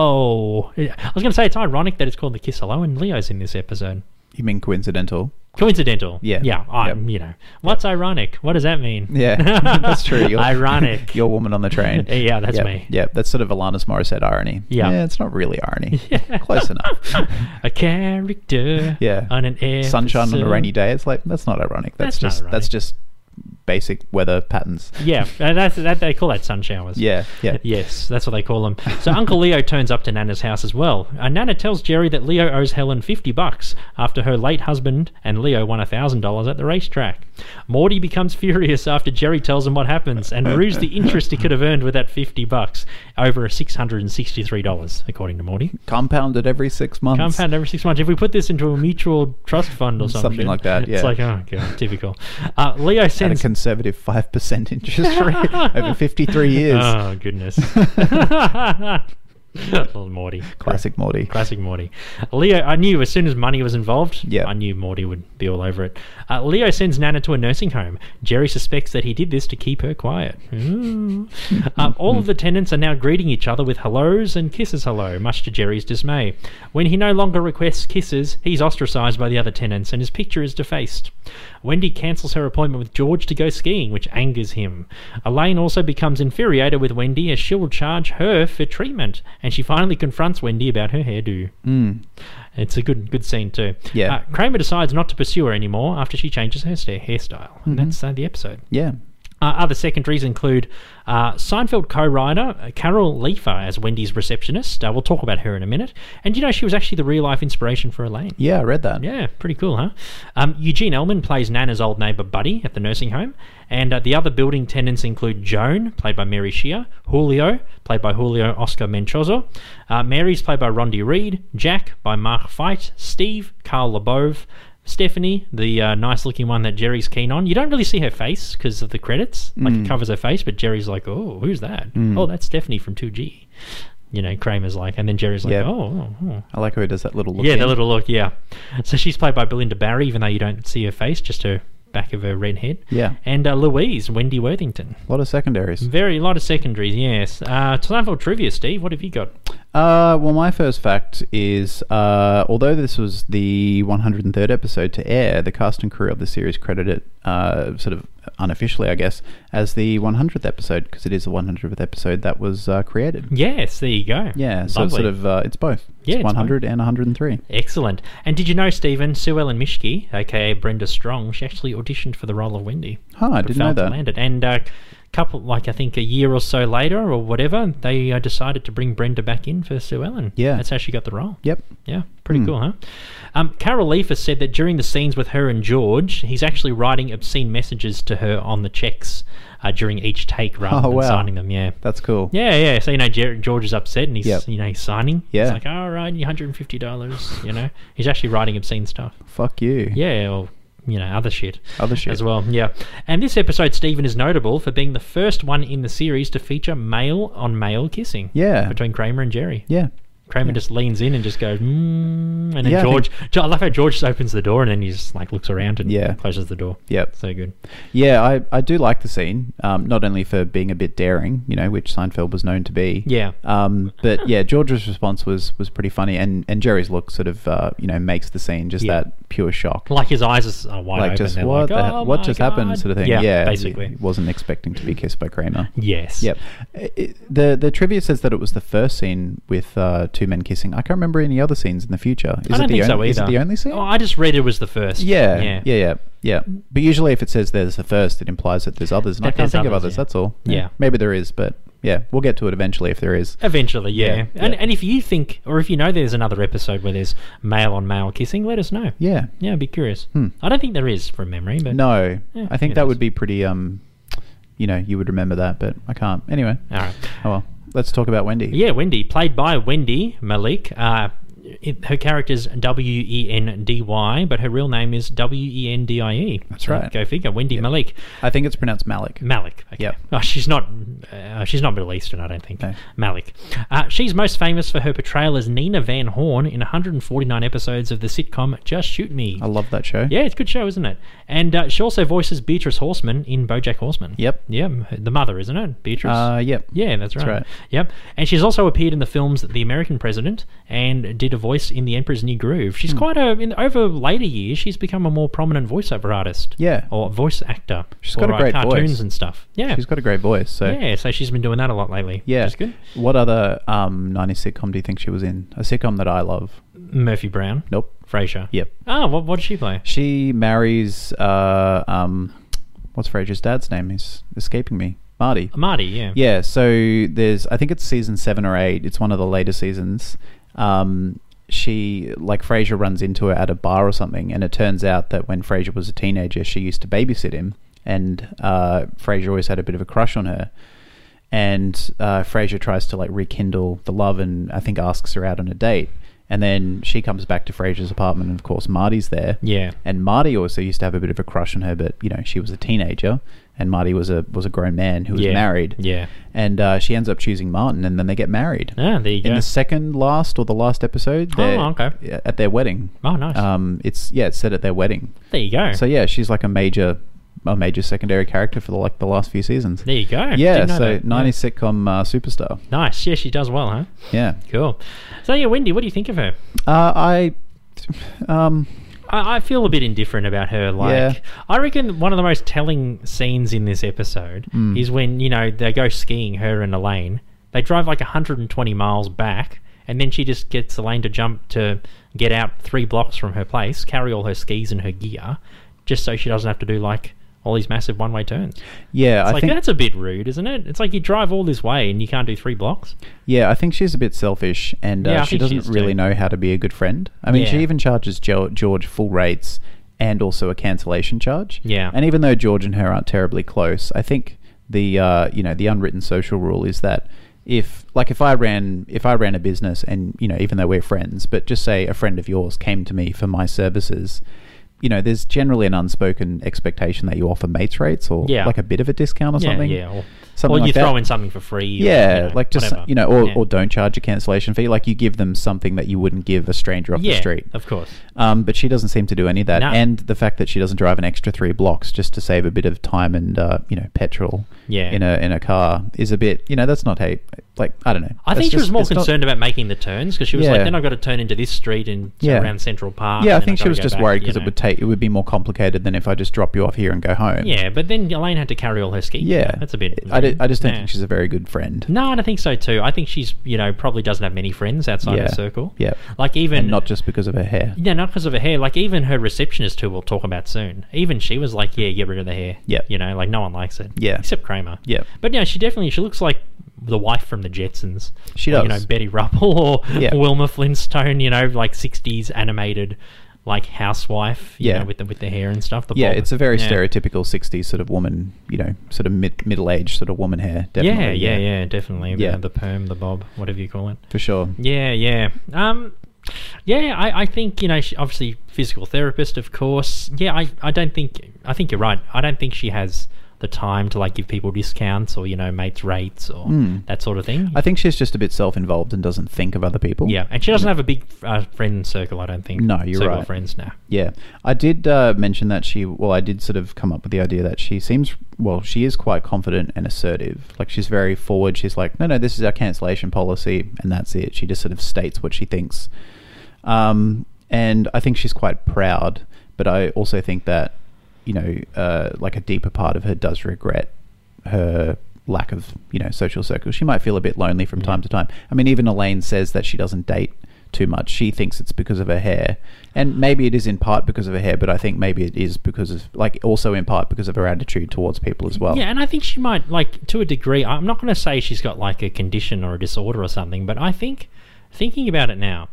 [SPEAKER 5] Hello. I was going to say it's ironic that it's called the Kiss Hello, and Leo's in this episode.
[SPEAKER 6] You mean coincidental?
[SPEAKER 5] Coincidental.
[SPEAKER 6] Yeah.
[SPEAKER 5] Yeah. I,
[SPEAKER 6] Yep.
[SPEAKER 5] You know, what's ironic? What does that mean?
[SPEAKER 6] Yeah, that's true. Your-
[SPEAKER 5] Ironic.
[SPEAKER 6] Your woman on the train.
[SPEAKER 5] Yeah, that's
[SPEAKER 6] Yep,
[SPEAKER 5] me.
[SPEAKER 6] Yep, that's sort of Alanis Morissette irony.
[SPEAKER 5] Yeah.
[SPEAKER 6] yeah, it's not really irony. Close enough.
[SPEAKER 5] A character
[SPEAKER 6] Yeah.
[SPEAKER 5] on an air.
[SPEAKER 6] Sunshine on a rainy day. It's like that's not ironic. That's,
[SPEAKER 5] That's not
[SPEAKER 6] just that's
[SPEAKER 5] ironic.
[SPEAKER 6] just basic weather patterns.
[SPEAKER 5] Yeah, and that's, that they call that sun showers.
[SPEAKER 6] Yeah, yeah.
[SPEAKER 5] Yes, that's what they call them. So Uncle Leo turns up to Nana's house as well. Uh, Nana tells Jerry that Leo owes Helen 50 bucks after her late husband and Leo won $1,000 at the racetrack. Morty becomes furious after Jerry tells him what happens and rues the interest he could have earned with that 50 bucks over $663, according to Morty.
[SPEAKER 6] Compounded every six months.
[SPEAKER 5] Compound every six months. If we put this into a mutual trust fund or something,
[SPEAKER 6] Something like that, yeah.
[SPEAKER 5] It's like, oh, God, typical. Uh, Leo
[SPEAKER 6] at a
[SPEAKER 5] sends
[SPEAKER 6] conservative five percent interest rate over fifty three years.
[SPEAKER 5] Oh goodness. Little Morty.
[SPEAKER 6] Classic Morty.
[SPEAKER 5] Classic Morty. Leo, I knew as soon as money was involved,
[SPEAKER 6] Yeah.
[SPEAKER 5] I knew Morty would be all over it. Uh, Leo sends Nana to a nursing home. Jerry suspects that he did this to keep her quiet. Ooh. um, all of the tenants are now greeting each other with hellos and kisses hello, much to Jerry's dismay. When he no longer requests kisses, he's ostracized by the other tenants and his picture is defaced. Wendy cancels her appointment with George to go skiing, which angers him. Elaine also becomes infuriated with Wendy as she will charge her for treatment, and she finally confronts Wendy about her hairdo. It's a good good scene too.
[SPEAKER 6] Yeah.
[SPEAKER 5] Uh, Kramer decides not to pursue her anymore after she changes her sta- hairstyle, and that's uh, the episode.
[SPEAKER 6] Yeah.
[SPEAKER 5] Uh, other secondaries include uh, Seinfeld co-writer uh, Carol Leifer as Wendy's receptionist. Uh, we'll talk about her in a minute. And you know she was actually the real life inspiration for Elaine.
[SPEAKER 6] Yeah, I read that.
[SPEAKER 5] Yeah, pretty cool, huh? Um, Eugene Ellman plays Nana's old neighbour Buddy at the nursing home, and uh, the other building tenants include Joan, played by Mary Shear, Julio, played by Julio Oscar Menchozo, uh, Mary's played by Rondi Reed, Jack by Mark Feit, Steve, Carl LeBove, Stephanie, the uh, nice looking one that Jerry's keen on. You don't really see her face because of the credits, like it covers her face, but Jerry's like, oh, who's that? Oh, that's Stephanie from 2G. You know, Kramer's like, and then Jerry's like,
[SPEAKER 6] Yeah.
[SPEAKER 5] oh, oh, oh.
[SPEAKER 6] I like how he does that little look.
[SPEAKER 5] Yeah,
[SPEAKER 6] in.
[SPEAKER 5] the little look, yeah. So she's played by Belinda Barry, even though you don't see her face, just her back of her red head.
[SPEAKER 6] Yeah.
[SPEAKER 5] And uh, Louise, Wendy Worthington.
[SPEAKER 6] lot of secondaries.
[SPEAKER 5] Very, lot of secondaries, yes. Uh, Seinfeld trivia, Steve, what have you got?
[SPEAKER 6] Uh, well, my first fact is uh, although this was the 103rd episode to air, the cast and crew of the series credit it uh, sort of unofficially, I guess, as the 100th episode because it is the 100th episode that was uh, created.
[SPEAKER 5] Yes, there you go.
[SPEAKER 6] Yeah, so it's
[SPEAKER 5] Lovely.
[SPEAKER 6] sort of uh, it's both.
[SPEAKER 5] Yeah,
[SPEAKER 6] it's
[SPEAKER 5] it's
[SPEAKER 6] 100 and 103.
[SPEAKER 5] Excellent. And did you know, Stephen, Sue Ellen Mishke, aka Brenda Strong, she actually auditioned for the role of Wendy.
[SPEAKER 6] Huh, I
[SPEAKER 5] but
[SPEAKER 6] didn't know
[SPEAKER 5] failed to
[SPEAKER 6] that.
[SPEAKER 5] land it. And uh, couple, like I think a year or so later or whatever, they uh, decided to bring Brenda back in for Sue Ellen.
[SPEAKER 6] Yeah.
[SPEAKER 5] That's how she got the role.
[SPEAKER 6] Yep.
[SPEAKER 5] Yeah,
[SPEAKER 6] Hmm.
[SPEAKER 5] pretty cool, huh? Um, Carol Leifer said that during the scenes with her and George, he's actually writing obscene messages to her on the checks uh, during each take rather
[SPEAKER 6] Oh,
[SPEAKER 5] than
[SPEAKER 6] wow.
[SPEAKER 5] signing them. Yeah.
[SPEAKER 6] That's cool.
[SPEAKER 5] Yeah, yeah. So you know, Jer- George is upset, and he's
[SPEAKER 6] Yep.
[SPEAKER 5] you know he's signing.
[SPEAKER 6] Yeah.
[SPEAKER 5] It's like, all right, one hundred and fifty dollars. You know, he's actually writing obscene stuff.
[SPEAKER 6] Fuck you.
[SPEAKER 5] Yeah, or you know, other shit.
[SPEAKER 6] Other shit.
[SPEAKER 5] as well. Yeah. And this episode, Stephen is notable for being the first one in the series to feature male on male kissing.
[SPEAKER 6] Yeah.
[SPEAKER 5] Between Kramer and Jerry.
[SPEAKER 6] Yeah.
[SPEAKER 5] Kramer just leans in and just goes, mm, and then
[SPEAKER 6] Yeah, I
[SPEAKER 5] George. I love how George just opens the door and then he just like looks around and
[SPEAKER 6] Yeah.
[SPEAKER 5] closes the door.
[SPEAKER 6] Yep.
[SPEAKER 5] So good.
[SPEAKER 6] Yeah, I, I do like the scene, um, not only for being a bit daring, you know, which Seinfeld was known to be.
[SPEAKER 5] Yeah.
[SPEAKER 6] Um, but yeah, George's response was was pretty funny, and, and Jerry's look sort of uh, you know makes the scene just
[SPEAKER 5] Yeah.
[SPEAKER 6] that pure shock,
[SPEAKER 5] Like his eyes are s- are wide
[SPEAKER 6] like
[SPEAKER 5] open.
[SPEAKER 6] just
[SPEAKER 5] They're
[SPEAKER 6] what
[SPEAKER 5] like,
[SPEAKER 6] the he-
[SPEAKER 5] "Oh
[SPEAKER 6] what
[SPEAKER 5] my
[SPEAKER 6] just
[SPEAKER 5] God."
[SPEAKER 6] happened sort of thing.
[SPEAKER 5] Yeah.
[SPEAKER 6] Yeah, he-
[SPEAKER 5] basically.
[SPEAKER 6] he wasn't expecting to be kissed by Kramer.
[SPEAKER 5] Yes.
[SPEAKER 6] Yep. I- I- the the trivia says that it was the first scene with uh, two men kissing. I can't remember any other scenes in the future. Is
[SPEAKER 5] I don't
[SPEAKER 6] it the
[SPEAKER 5] think so
[SPEAKER 6] only,
[SPEAKER 5] either.
[SPEAKER 6] Is it the only scene?
[SPEAKER 5] Oh, I just read it was the first.
[SPEAKER 6] Yeah,
[SPEAKER 5] Yeah.
[SPEAKER 6] yeah, yeah, yeah, But usually, if it says there's the first, it implies that there's others, and I
[SPEAKER 5] That
[SPEAKER 6] can't
[SPEAKER 5] there's
[SPEAKER 6] think of
[SPEAKER 5] others,
[SPEAKER 6] others.
[SPEAKER 5] yeah.
[SPEAKER 6] That's all.
[SPEAKER 5] Yeah.
[SPEAKER 6] maybe there is, but yeah, we'll get to it eventually if there is.
[SPEAKER 5] Eventually, yeah.
[SPEAKER 6] Yeah,
[SPEAKER 5] And,
[SPEAKER 6] yeah.
[SPEAKER 5] and if you think, or if you know there's another episode where there's male on male kissing, let us know.
[SPEAKER 6] Yeah, Hmm.
[SPEAKER 5] Yeah, I'd be curious. I don't think there is from memory, but.
[SPEAKER 6] no, I think
[SPEAKER 5] who
[SPEAKER 6] that
[SPEAKER 5] knows?
[SPEAKER 6] would be pretty. Um, you know, you would remember that, but I can't. Anyway,
[SPEAKER 5] All right.
[SPEAKER 6] oh well. Let's talk about Wendy.
[SPEAKER 5] Yeah, Wendy, played by Wendy Malik. Uh, it, her character is W E N D Y, but her real name is W E N D I E. That's
[SPEAKER 6] right.
[SPEAKER 5] Go figure. Wendy Malik.
[SPEAKER 6] I think it's pronounced Malik.
[SPEAKER 5] Malik. Okay.
[SPEAKER 6] Yep.
[SPEAKER 5] Oh, she's not. Uh, she's not Middle Eastern, I don't think.
[SPEAKER 6] No.
[SPEAKER 5] Malik. Uh, she's most famous for her portrayal as Nina Van Horn in 149 episodes of the sitcom Just Shoot Me.
[SPEAKER 6] I love that show.
[SPEAKER 5] Yeah, it's a good show, isn't it? And uh, she also voices Beatrice Horseman in BoJack Horseman.
[SPEAKER 6] Yep.
[SPEAKER 5] Yeah, m- the mother, isn't it? Beatrice.
[SPEAKER 6] Uh, yep.
[SPEAKER 5] yeah, that's right.
[SPEAKER 6] right.
[SPEAKER 5] Yep. And she's also appeared in the films The American President and did a voice in The Emperor's New Groove.
[SPEAKER 6] Hmm.
[SPEAKER 5] She's quite a in over later years. She's become a more prominent voiceover artist.
[SPEAKER 6] Yeah.
[SPEAKER 5] Or voice actor. She's
[SPEAKER 6] got a great voice.
[SPEAKER 5] cartoons and stuff. Yeah.
[SPEAKER 6] She's got a great voice. So
[SPEAKER 5] yeah. So she's been doing that a lot lately.
[SPEAKER 6] Yeah.
[SPEAKER 5] Which is good.
[SPEAKER 6] What other um, 90s sitcom do you think she was in? A sitcom that I love.
[SPEAKER 5] Murphy Brown.
[SPEAKER 6] Nope.
[SPEAKER 5] Frasier.
[SPEAKER 6] Yep.
[SPEAKER 5] Oh, what what did she play?
[SPEAKER 6] She marries, uh, um, what's Frasier's dad's name? He's escaping me. Marty.
[SPEAKER 5] Marty. Yeah.
[SPEAKER 6] Yeah, so there's I think it's season seven or eight. It's one of the later seasons. Um, she like Frasier runs into her at a bar or something, and it turns out that when Frasier was a teenager, she used to babysit him, and uh, Frasier always had a bit of a crush on her. And uh, Frasier tries to like rekindle the love, and I think asks her out on a date. And then she comes back to Frasier's apartment, and of course Marty's there.
[SPEAKER 5] Yeah.
[SPEAKER 6] And Marty also used to have a bit of a crush on her, but you know she was a teenager, and Marty was a was a grown man who was
[SPEAKER 5] Yeah.
[SPEAKER 6] married
[SPEAKER 5] Yeah.
[SPEAKER 6] and uh, she ends up choosing Martin, and then they get married.
[SPEAKER 5] Ah, there you
[SPEAKER 6] In
[SPEAKER 5] go.
[SPEAKER 6] the second last or the last episode, they're
[SPEAKER 5] Oh, okay.
[SPEAKER 6] at their wedding.
[SPEAKER 5] Oh, nice.
[SPEAKER 6] Um, it's yeah, it's set at their wedding.
[SPEAKER 5] There you go.
[SPEAKER 6] So yeah, she's like a major, a major secondary character for the, like the last few seasons.
[SPEAKER 5] There you go.
[SPEAKER 6] yeah,
[SPEAKER 5] Didn't know
[SPEAKER 6] so
[SPEAKER 5] that. Yeah.
[SPEAKER 6] '90s sitcom uh, superstar.
[SPEAKER 5] Nice. Yeah, she does well, huh?
[SPEAKER 6] Yeah,
[SPEAKER 5] Cool. So yeah, Wendy, what do you think of her?
[SPEAKER 6] uh, I, um,
[SPEAKER 5] I, I feel a bit indifferent about her. Like,
[SPEAKER 6] Yeah.
[SPEAKER 5] I reckon one of the most telling scenes in this episode
[SPEAKER 6] Mm.
[SPEAKER 5] is when you know they go skiing, her and Elaine. They drive like 120 miles back, and then she just gets Elaine to jump to get out three blocks from her place, carry all her skis and her gear, just so she doesn't have to do like all these massive one-way turns. It's
[SPEAKER 6] yeah, I
[SPEAKER 5] like
[SPEAKER 6] think
[SPEAKER 5] that's a bit rude, isn't it? It's like you drive all this way and you can't do three blocks.
[SPEAKER 6] Yeah, I think she's a bit selfish, and uh,
[SPEAKER 5] Yeah, I
[SPEAKER 6] she
[SPEAKER 5] think she
[SPEAKER 6] doesn't
[SPEAKER 5] is
[SPEAKER 6] really
[SPEAKER 5] too.
[SPEAKER 6] know how to be a good friend. I mean, she
[SPEAKER 5] Yeah.
[SPEAKER 6] even charges jo- George full rates and also a cancellation charge.
[SPEAKER 5] Yeah.
[SPEAKER 6] and even though George and her aren't terribly close, I think the uh, you know the unwritten social rule is that if like if I ran if I ran a business and you know even though we're friends, but just say a friend of yours came to me for my services. You know, there's generally an unspoken expectation that you offer mates rates or
[SPEAKER 5] Yeah.
[SPEAKER 6] like a bit of a discount or
[SPEAKER 5] Yeah,
[SPEAKER 6] something.
[SPEAKER 5] yeah. Or,
[SPEAKER 6] Something
[SPEAKER 5] or
[SPEAKER 6] like
[SPEAKER 5] you
[SPEAKER 6] that.
[SPEAKER 5] throw in something for free. or,
[SPEAKER 6] Yeah,
[SPEAKER 5] you know,
[SPEAKER 6] like just
[SPEAKER 5] whatever.
[SPEAKER 6] you know, or,
[SPEAKER 5] Yeah.
[SPEAKER 6] or don't charge a cancellation fee. Like you give them something that you wouldn't give a stranger off
[SPEAKER 5] yeah,
[SPEAKER 6] the street.
[SPEAKER 5] Of course.
[SPEAKER 6] Um, but she doesn't seem to do any of that,
[SPEAKER 5] No.
[SPEAKER 6] and the fact that she doesn't drive an extra three blocks just to save a bit of time and uh, you know petrol
[SPEAKER 5] Yeah.
[SPEAKER 6] in a in a car is a bit you know that's not how like I don't know.
[SPEAKER 5] I
[SPEAKER 6] That's
[SPEAKER 5] think she
[SPEAKER 6] just-
[SPEAKER 5] was more
[SPEAKER 6] it's not-
[SPEAKER 5] concerned about making the turns because she was like,
[SPEAKER 6] Yeah.
[SPEAKER 5] then I've got to turn into this street and so
[SPEAKER 6] Yeah.
[SPEAKER 5] around Central Park.
[SPEAKER 6] yeah, I
[SPEAKER 5] and then
[SPEAKER 6] think
[SPEAKER 5] I've
[SPEAKER 6] she
[SPEAKER 5] gotta
[SPEAKER 6] was
[SPEAKER 5] go
[SPEAKER 6] just
[SPEAKER 5] back,
[SPEAKER 6] worried
[SPEAKER 5] you
[SPEAKER 6] because it
[SPEAKER 5] know.
[SPEAKER 6] would take it would be more complicated than if I just drop you off here and go home.
[SPEAKER 5] Yeah, but then Elaine had to carry all her skis.
[SPEAKER 6] yeah,
[SPEAKER 5] that's a bit.
[SPEAKER 6] I, di- I just don't
[SPEAKER 5] Yeah.
[SPEAKER 6] think she's a very good friend.
[SPEAKER 5] No, I don't think so too. I think she's you know probably doesn't have many friends outside
[SPEAKER 6] Yeah.
[SPEAKER 5] her circle.
[SPEAKER 6] Yeah.
[SPEAKER 5] like even
[SPEAKER 6] and not just because of her hair.
[SPEAKER 5] Yeah, not because of her hair. Like even her receptionist, who we'll talk about soon, even she was like, "Yeah, get rid of the hair."
[SPEAKER 6] Yeah.
[SPEAKER 5] you know, like no one likes it.
[SPEAKER 6] Yeah.
[SPEAKER 5] except Kramer.
[SPEAKER 6] Yeah.
[SPEAKER 5] but no, she definitely she looks like the wife from the Jetsons.
[SPEAKER 6] She
[SPEAKER 5] Or, You
[SPEAKER 6] does.
[SPEAKER 5] know, Betty Rubble or
[SPEAKER 6] Yeah.
[SPEAKER 5] Wilma Flintstone. You know, like '60s animated, like housewife. You
[SPEAKER 6] Yeah.
[SPEAKER 5] know, with the with the hair and stuff. The
[SPEAKER 6] Yeah,
[SPEAKER 5] bob-
[SPEAKER 6] it's a very
[SPEAKER 5] yeah.
[SPEAKER 6] stereotypical 60s sort of woman, you know, sort of mid, middle-aged sort of woman hair. Definitely,
[SPEAKER 5] Yeah, yeah, yeah, definitely.
[SPEAKER 6] Yeah.
[SPEAKER 5] Yeah, the perm, the bob, whatever you call it.
[SPEAKER 6] For sure.
[SPEAKER 5] Yeah, yeah. Um, yeah, I, I think, you know, she, obviously physical therapist, of course. Yeah, I, I don't think, I think you're right. I don't think she has the time to like give people discounts or, you know, mates rates or
[SPEAKER 6] Hmm.
[SPEAKER 5] that sort of thing.
[SPEAKER 6] I think she's just a bit self-involved and doesn't think of other people.
[SPEAKER 5] yeah, and she doesn't have a big uh, friend circle, I don't think.
[SPEAKER 6] No, you're
[SPEAKER 5] circle
[SPEAKER 6] right.
[SPEAKER 5] Of friends now.
[SPEAKER 6] Yeah. I did uh, mention that she, well, I did sort of come up with the idea that she seems, well, she is quite confident and assertive. Like, she's very forward. She's like, no, no, this is our cancellation policy, and that's it. She just sort of states what she thinks. Um, and I think she's quite proud, but I also think that, you know, uh, like a deeper part of her does regret her lack of, you know, social circles. She might feel a bit lonely from time to time. I mean, even Elaine says that she doesn't date too much. She thinks it's because of her hair. And maybe it is in part because of her hair, but I think maybe it is because of, like, also in part because of her attitude towards people as well.
[SPEAKER 5] Yeah, and I think she might like to a degree. I'm not going to say she's got like a condition or a disorder or something, but I think thinking about it now,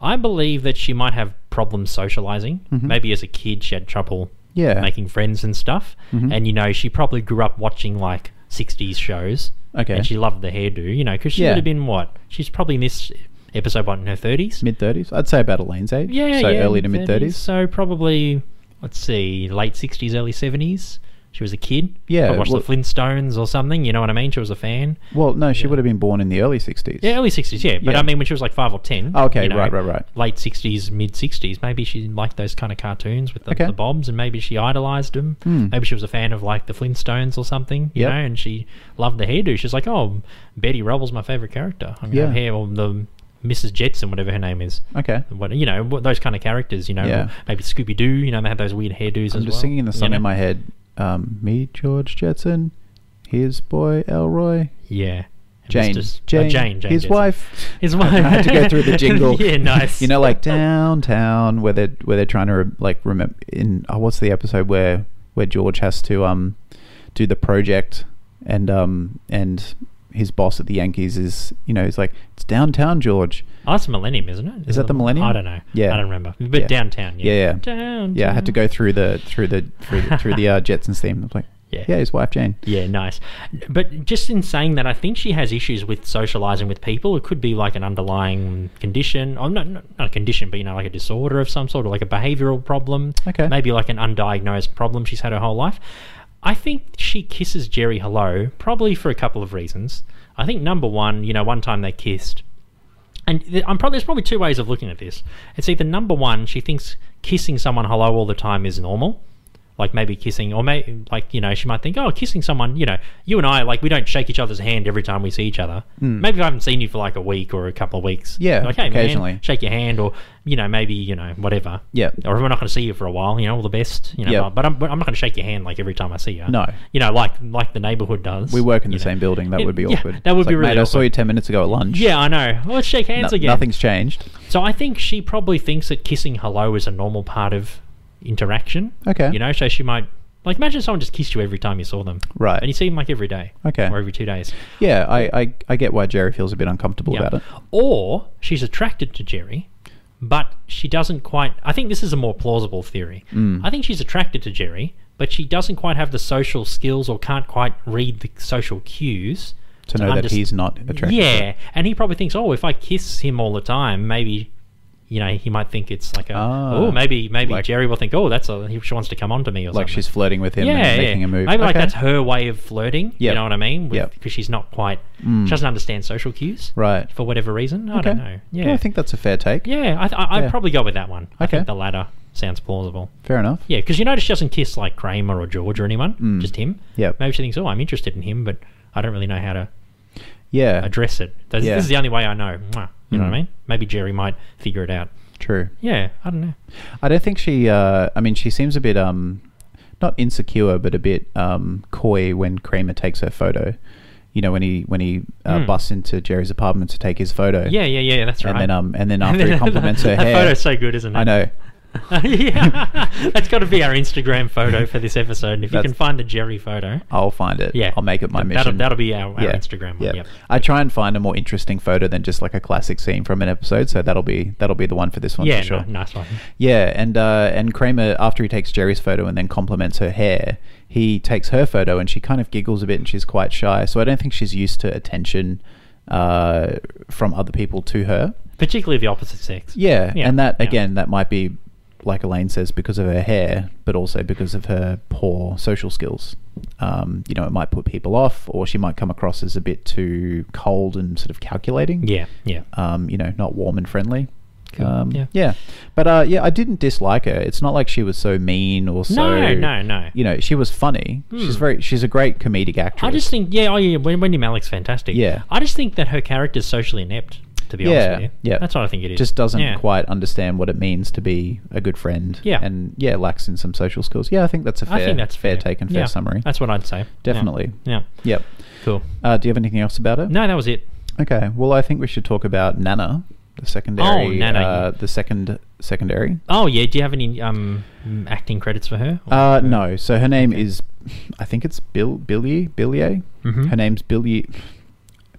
[SPEAKER 5] I believe that she might have problems socializing. Maybe as a kid she had trouble
[SPEAKER 6] Mm-hmm. Yeah. Mm-hmm.
[SPEAKER 5] making friends and stuff, and you know she probably grew up watching like 60s shows.
[SPEAKER 6] Okay.
[SPEAKER 5] and she loved the hairdo, you know, because she
[SPEAKER 6] Yeah.
[SPEAKER 5] would have been what she's probably in this episode one in her 30s.
[SPEAKER 6] Mid 30s? I'd say about Elaine's age.
[SPEAKER 5] yeah,
[SPEAKER 6] So
[SPEAKER 5] yeah,
[SPEAKER 6] early to mid 30s.
[SPEAKER 5] So probably, let's see, late 60s, early 70s. She was a kid.
[SPEAKER 6] Yeah,
[SPEAKER 5] Probably watched
[SPEAKER 6] well-
[SPEAKER 5] the Flintstones or something. You know what I mean? She was a fan.
[SPEAKER 6] Well, no, she would have been born in the early 60s.
[SPEAKER 5] Yeah, early 60s, yeah. But
[SPEAKER 6] Yeah.
[SPEAKER 5] I mean, when she was like five or 10.
[SPEAKER 6] Oh, okay, right, right, right.
[SPEAKER 5] Late 60s, mid 60s. Maybe she liked those kind of cartoons with the,
[SPEAKER 6] Okay. Hmm.
[SPEAKER 5] the bobs and maybe she idolized them. Maybe she was a fan of like the Flintstones or something, you
[SPEAKER 6] Yep.
[SPEAKER 5] know, and she loved the hairdo. She's like, oh, Betty Rubble's my favorite character. I'm going to have
[SPEAKER 6] Yeah.
[SPEAKER 5] hair or the Mrs. Jetson, whatever her name is.
[SPEAKER 6] Okay.
[SPEAKER 5] What, you know, what- those kind of characters, you know.
[SPEAKER 6] Yeah.
[SPEAKER 5] Maybe Scooby Doo, you know, they had those weird hairdos
[SPEAKER 6] I'm
[SPEAKER 5] as
[SPEAKER 6] just
[SPEAKER 5] well,
[SPEAKER 6] singing the
[SPEAKER 5] you
[SPEAKER 6] song
[SPEAKER 5] know?
[SPEAKER 6] in my head. Um, me, George Jetson, his boy, Elroy,
[SPEAKER 5] Yeah. And
[SPEAKER 6] Jane.
[SPEAKER 5] Mr.
[SPEAKER 6] Jane,
[SPEAKER 5] uh, Jane, Jane
[SPEAKER 6] his
[SPEAKER 5] Jetson.
[SPEAKER 6] wife.
[SPEAKER 5] His wife.
[SPEAKER 6] I had to go through the jingle.
[SPEAKER 5] yeah, nice.
[SPEAKER 6] You know, like downtown, where they're where they're trying to re- like remember. In oh, what's the episode where where George has to um do the project and um and his boss at the Yankees is you know he's like it's downtown George.
[SPEAKER 5] Oh, that's Millennium, isn't it? Is,
[SPEAKER 6] that
[SPEAKER 5] it
[SPEAKER 6] the Millennium?
[SPEAKER 5] I don't know.
[SPEAKER 6] Yeah.
[SPEAKER 5] I don't remember. But
[SPEAKER 6] Yeah.
[SPEAKER 5] downtown, yeah.
[SPEAKER 6] Yeah, yeah.
[SPEAKER 5] Downtown.
[SPEAKER 6] Yeah, I had to go through the through the through the, through the uh, Jetsons theme. I was like,
[SPEAKER 5] Yeah.
[SPEAKER 6] yeah, his wife Jane.
[SPEAKER 5] Yeah, nice. But just in saying that, I think she has issues with socializing with people. It could be like an underlying condition, or not, not not a condition, but you know, like a disorder of some sort, or like a behavioral problem.
[SPEAKER 6] Okay.
[SPEAKER 5] Maybe like an undiagnosed problem she's had her whole life. I think she kisses Jerry hello, probably for a couple of reasons. I think number one, you know, one time they kissed, and th- I'm probably there's probably two ways of looking at this. It's either number one, she thinks kissing someone hello all the time is normal, like maybe kissing, or maybe like you know she might think, oh, kissing someone, you know, you and I like we don't shake each other's hand every time we see each other. Maybe if I haven't seen you for like a week or a couple of weeks,
[SPEAKER 6] Hmm. Yeah,
[SPEAKER 5] like, hey, man,
[SPEAKER 6] occasionally.
[SPEAKER 5] shake your hand, or you know maybe you know whatever,
[SPEAKER 6] Yeah.
[SPEAKER 5] or if we're not going to see you for a while, you know, all the best, you know,
[SPEAKER 6] Yeah.
[SPEAKER 5] but- but I'm, but I'm not going to shake your hand like every time I see you,
[SPEAKER 6] No.
[SPEAKER 5] you know, like like the neighborhood does.
[SPEAKER 6] We work in the
[SPEAKER 5] you know.
[SPEAKER 6] same building. That
[SPEAKER 5] Yeah,
[SPEAKER 6] would be
[SPEAKER 5] yeah,
[SPEAKER 6] awkward.
[SPEAKER 5] that would
[SPEAKER 6] It's
[SPEAKER 5] be
[SPEAKER 6] like,
[SPEAKER 5] really
[SPEAKER 6] Mate, I saw
[SPEAKER 5] awkward."
[SPEAKER 6] you ten minutes ago at lunch.
[SPEAKER 5] Yeah, I know. Well, let's shake hands
[SPEAKER 6] No-
[SPEAKER 5] again.
[SPEAKER 6] nothing's changed.
[SPEAKER 5] So I think she probably thinks that kissing hello is a normal part of interaction.
[SPEAKER 6] Okay.
[SPEAKER 5] You know, so she might like imagine someone just kissed you every time you saw them.
[SPEAKER 6] Right.
[SPEAKER 5] And you see them like every day.
[SPEAKER 6] Okay.
[SPEAKER 5] Or every two days.
[SPEAKER 6] Yeah, I, I, I get why Jerry feels a bit uncomfortable about it.
[SPEAKER 5] Or she's attracted to Jerry, but she doesn't quite. I think this is a more plausible theory.
[SPEAKER 6] Mm.
[SPEAKER 5] I think she's attracted to Jerry, but she doesn't quite have the social skills or can't quite read the social cues
[SPEAKER 6] To know that
[SPEAKER 5] underst-
[SPEAKER 6] he's not attracted. to
[SPEAKER 5] Yeah, and he probably thinks, oh, if I kiss him all the time, maybe, you know, he might think it's like a,
[SPEAKER 6] Ah,
[SPEAKER 5] oh, maybe maybe
[SPEAKER 6] like-
[SPEAKER 5] Jerry will think, oh, that's a he- she wants to come on to me or
[SPEAKER 6] Like
[SPEAKER 5] something.
[SPEAKER 6] she's flirting with him
[SPEAKER 5] yeah,
[SPEAKER 6] and making
[SPEAKER 5] yeah.
[SPEAKER 6] a move.
[SPEAKER 5] maybe like
[SPEAKER 6] Okay.
[SPEAKER 5] that's her way of flirting.
[SPEAKER 6] Yep.
[SPEAKER 5] You know what I mean?
[SPEAKER 6] Yep. Mm.
[SPEAKER 5] Because she's not quite, she doesn't understand social cues
[SPEAKER 6] Right.
[SPEAKER 5] for whatever reason. I don't know. Yeah,
[SPEAKER 6] I think that's a fair take.
[SPEAKER 5] yeah, I, I, I'd
[SPEAKER 6] Yeah.
[SPEAKER 5] probably go with that one. I
[SPEAKER 6] Okay.
[SPEAKER 5] think the latter sounds plausible.
[SPEAKER 6] Fair enough.
[SPEAKER 5] Yeah, because you notice she doesn't kiss like Kramer or George or anyone,
[SPEAKER 6] Mm.
[SPEAKER 5] just him.
[SPEAKER 6] Yep.
[SPEAKER 5] Maybe she thinks, oh, I'm interested in him, but I don't really know how to
[SPEAKER 6] Yeah.
[SPEAKER 5] address it. This,
[SPEAKER 6] Yeah. Mm.
[SPEAKER 5] this is the only way I know. Mwah. You know what I mean? Maybe Jerry might figure it out.
[SPEAKER 6] True.
[SPEAKER 5] Yeah, I don't know.
[SPEAKER 6] I don't think she. Uh, I mean, she seems a bit um, not insecure, but a bit um, coy when Kramer takes her photo. You know, when he when he uh, busts into Jerry's apartment to take his photo.
[SPEAKER 5] Hmm. Yeah, yeah, yeah. That's right.
[SPEAKER 6] And then um, and then after he compliments her
[SPEAKER 5] that
[SPEAKER 6] hair.
[SPEAKER 5] photo's so good, isn't it?
[SPEAKER 6] I know.
[SPEAKER 5] yeah, that's got to be our Instagram photo for this episode. And if you
[SPEAKER 6] That's-
[SPEAKER 5] can find the Jerry photo,
[SPEAKER 6] I'll find it.
[SPEAKER 5] yeah,
[SPEAKER 6] I'll make it my
[SPEAKER 5] Th-
[SPEAKER 6] mission.
[SPEAKER 5] That'll, that'll be our, our Instagram one.
[SPEAKER 6] yeah.
[SPEAKER 5] Yep.
[SPEAKER 6] I try and find a more interesting photo than just like a classic scene from an episode, so that'll be that'll be the one for this one
[SPEAKER 5] Yeah,
[SPEAKER 6] for sure.
[SPEAKER 5] no, nice one.
[SPEAKER 6] Yeah, and uh, and Kramer after he takes Jerry's photo and then compliments her hair, he takes her photo and she kind of giggles a bit and she's quite shy. So I don't think she's used to attention uh, from other people to her.
[SPEAKER 5] Particularly the opposite sex.
[SPEAKER 6] Yeah,
[SPEAKER 5] Yeah,
[SPEAKER 6] and that
[SPEAKER 5] yeah.
[SPEAKER 6] again, that might be like Elaine says because of her hair, but also because of her poor social skills. Um, you know, it might put people off, or she might come across as a bit too cold and sort of calculating.
[SPEAKER 5] Yeah, yeah.
[SPEAKER 6] Um, you know, not warm and friendly. Um,
[SPEAKER 5] yeah.
[SPEAKER 6] yeah. But uh, yeah, I didn't dislike her. It's not like she was so mean or so.
[SPEAKER 5] No, no, no. Hmm.
[SPEAKER 6] You know, she was funny. She's very. She's a great comedic actress.
[SPEAKER 5] I just think, yeah, oh yeah, Wen- Wendy Malick's fantastic.
[SPEAKER 6] Yeah.
[SPEAKER 5] I just think that her character's socially inept. To be
[SPEAKER 6] Yeah,
[SPEAKER 5] honest with you,
[SPEAKER 6] yeah.
[SPEAKER 5] that's what I think it is.
[SPEAKER 6] just doesn't
[SPEAKER 5] Yeah.
[SPEAKER 6] quite understand what it means to be a good friend.
[SPEAKER 5] Yeah.
[SPEAKER 6] and yeah, lacks in some social skills. Yeah, I think that's a fair.
[SPEAKER 5] I think that's fair,
[SPEAKER 6] take and fair
[SPEAKER 5] Yeah,
[SPEAKER 6] summary.
[SPEAKER 5] That's what I'd say. Yeah.
[SPEAKER 6] Definitely.
[SPEAKER 5] Yeah.
[SPEAKER 6] Yep.
[SPEAKER 5] Cool.
[SPEAKER 6] Uh, do you have anything else about it?
[SPEAKER 5] No, that was it.
[SPEAKER 6] Okay. Well, I think we should talk about Nana, the secondary.
[SPEAKER 5] Oh, Nana.
[SPEAKER 6] Uh, the second secondary.
[SPEAKER 5] Oh yeah. Do you have any um mm, acting credits for her? Or-
[SPEAKER 6] Uh, no. So her name is, I think it's Bill Billy Billier.
[SPEAKER 5] Mm-hmm.
[SPEAKER 6] Her name's Billy.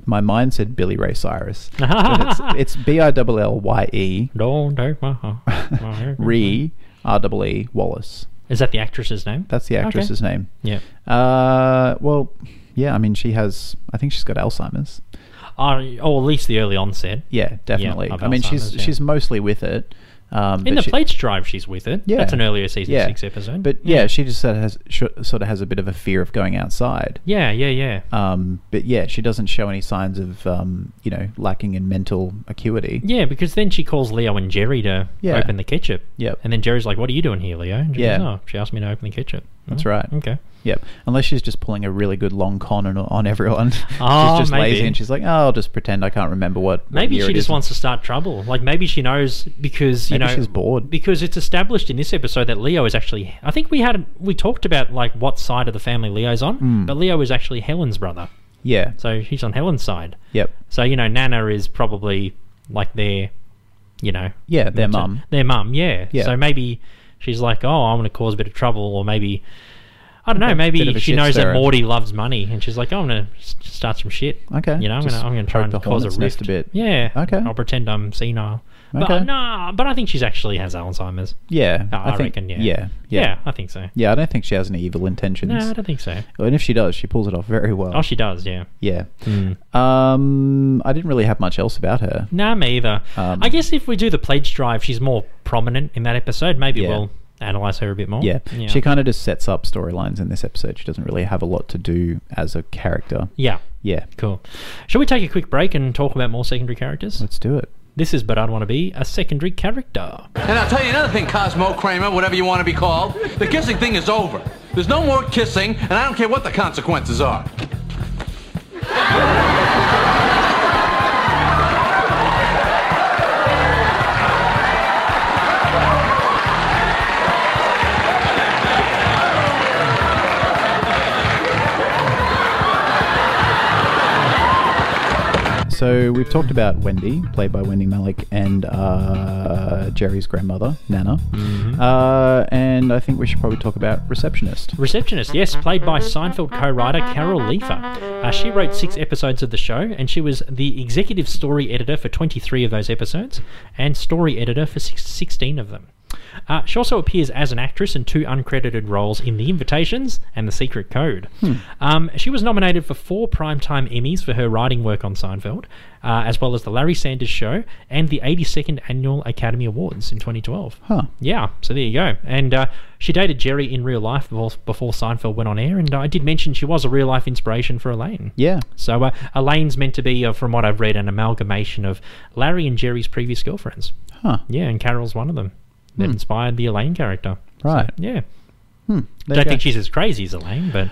[SPEAKER 6] My mind said Billy Ray Cyrus. but it's it's B I double L Y E
[SPEAKER 5] Don't take my heart. My heart.
[SPEAKER 6] Re R double E Wallace.
[SPEAKER 5] Is that the actress's name?
[SPEAKER 6] That's the actress's name.
[SPEAKER 5] yeah.
[SPEAKER 6] Uh, well, yeah. I mean, she has. I think she's got Alzheimer's.
[SPEAKER 5] I- or Oh, at least the early onset.
[SPEAKER 6] Yeah, definitely.
[SPEAKER 5] of
[SPEAKER 6] I mean, she's
[SPEAKER 5] Alzheimer's, yeah.
[SPEAKER 6] she's mostly with it. Um,
[SPEAKER 5] In
[SPEAKER 6] but
[SPEAKER 5] the
[SPEAKER 6] she-
[SPEAKER 5] plates drive, she's with it.
[SPEAKER 6] Yeah.
[SPEAKER 5] That's an earlier season
[SPEAKER 6] yeah.
[SPEAKER 5] six episode.
[SPEAKER 6] But yeah, she just sort of has sh- sort of has a bit of a fear of going outside.
[SPEAKER 5] yeah, yeah, yeah.
[SPEAKER 6] Um, but yeah, she doesn't show any signs of um, you know lacking in mental acuity.
[SPEAKER 5] Yeah, because then she calls Leo and Jerry to
[SPEAKER 6] Yeah.
[SPEAKER 5] open the ketchup.
[SPEAKER 6] Yep.
[SPEAKER 5] And then Jerry's like, "What are you doing here, Leo?" And she
[SPEAKER 6] Yeah.
[SPEAKER 5] goes, "Oh, she asked me to open the ketchup."
[SPEAKER 6] That's
[SPEAKER 5] Oh,
[SPEAKER 6] right.
[SPEAKER 5] Okay.
[SPEAKER 6] Yep. Unless she's just pulling a really good long con on, on everyone.
[SPEAKER 5] Oh,
[SPEAKER 6] she's just lazy
[SPEAKER 5] maybe.
[SPEAKER 6] and she's like, oh, I'll just pretend I can't remember what. what
[SPEAKER 5] Maybe
[SPEAKER 6] year
[SPEAKER 5] she
[SPEAKER 6] it
[SPEAKER 5] just
[SPEAKER 6] is."
[SPEAKER 5] wants to start trouble. Like maybe she knows because you
[SPEAKER 6] Maybe
[SPEAKER 5] know
[SPEAKER 6] she's bored.
[SPEAKER 5] Because it's established in this episode that Leo is actually. I think we had we talked about like what side of the family Leo's on, but Leo is actually Helen's brother,
[SPEAKER 6] Yeah.
[SPEAKER 5] so he's on Helen's side.
[SPEAKER 6] Yep.
[SPEAKER 5] So you know Nana is probably like their, you know,
[SPEAKER 6] Yeah, their
[SPEAKER 5] mentor-
[SPEAKER 6] mum.
[SPEAKER 5] their mum. Yeah.
[SPEAKER 6] Yeah.
[SPEAKER 5] So maybe she's like, oh, I'm going to cause a bit of trouble, or maybe. I don't know.
[SPEAKER 6] bit of
[SPEAKER 5] Maybe
[SPEAKER 6] a
[SPEAKER 5] she
[SPEAKER 6] shit
[SPEAKER 5] knows
[SPEAKER 6] stirrer.
[SPEAKER 5] that Morty loves money, and she's like, "Oh, "I'm gonna s- start some shit."
[SPEAKER 6] Okay.
[SPEAKER 5] you know, I'm
[SPEAKER 6] Just
[SPEAKER 5] gonna I'm gonna try
[SPEAKER 6] poke
[SPEAKER 5] and
[SPEAKER 6] the
[SPEAKER 5] cause a
[SPEAKER 6] hornet's nest
[SPEAKER 5] rift
[SPEAKER 6] a bit.
[SPEAKER 5] Yeah.
[SPEAKER 6] Okay.
[SPEAKER 5] I'll pretend I'm senile.
[SPEAKER 6] Okay.
[SPEAKER 5] But nah, but I think she's actually has Alzheimer's.
[SPEAKER 6] Yeah.
[SPEAKER 5] Oh, I, I
[SPEAKER 6] think-
[SPEAKER 5] reckon. Yeah.
[SPEAKER 6] Yeah.
[SPEAKER 5] yeah.
[SPEAKER 6] Yeah.
[SPEAKER 5] I think so.
[SPEAKER 6] Yeah, I don't think she has any evil intentions.
[SPEAKER 5] No, I don't think so.
[SPEAKER 6] and if she does, she pulls it off very well.
[SPEAKER 5] Oh, Hmm. she does. Yeah.
[SPEAKER 6] yeah. Um, I didn't really have much else about her.
[SPEAKER 5] Nah, me either.
[SPEAKER 6] Um,
[SPEAKER 5] I guess if we do the pledge drive, she's more prominent in that episode. Maybe
[SPEAKER 6] Yeah.
[SPEAKER 5] we'll analyze her a bit more.
[SPEAKER 6] Yeah.
[SPEAKER 5] Yeah.
[SPEAKER 6] She kind of just sets up storylines in this episode. She doesn't really have a lot to do as a character.
[SPEAKER 5] yeah.
[SPEAKER 6] Yeah.
[SPEAKER 5] Cool. Shall we take a quick break and talk about more secondary characters?
[SPEAKER 6] Let's do it.
[SPEAKER 5] This is But I'd Want to Be a Secondary Character.
[SPEAKER 2] And I'll tell you another thing, Cosmo Kramer, whatever you want to be called. The kissing thing is over. There's no more kissing, and I don't care what the consequences are.
[SPEAKER 6] So we've talked about Wendy, played by Wendy Malik, and uh, Jerry's grandmother, Nana.
[SPEAKER 5] Mm-hmm.
[SPEAKER 6] Uh, and I think we should probably talk about Receptionist.
[SPEAKER 5] Receptionist, yes, played by Seinfeld co writer Carol Leifer. Uh, she wrote six episodes of the show, and she was the executive story editor for 23 of those episodes and story editor for six, 16 of them. Uh, she also appears as an actress in two uncredited roles in The Invitations and The Secret Code. Um, she was nominated for four Primetime Emmys for her writing work on Seinfeld, uh, as well as The Larry Sanders Show and the 82nd Annual Academy Awards in 2012.
[SPEAKER 6] Huh.
[SPEAKER 5] Yeah, so there you go. And uh, she dated Jerry in real life before, before Seinfeld went on air, and I did mention she was a real life inspiration for Elaine.
[SPEAKER 6] Yeah.
[SPEAKER 5] So uh, Elaine's meant to be, uh, from what I've read, an amalgamation of Larry and Jerry's previous girlfriends.
[SPEAKER 6] Huh.
[SPEAKER 5] Yeah, and Carol's one of them that
[SPEAKER 6] Hmm.
[SPEAKER 5] inspired the Elaine character.
[SPEAKER 6] Right.
[SPEAKER 5] Yeah.
[SPEAKER 6] Hmm, There you
[SPEAKER 5] Don't
[SPEAKER 6] go.
[SPEAKER 5] think she's as crazy as Elaine, but.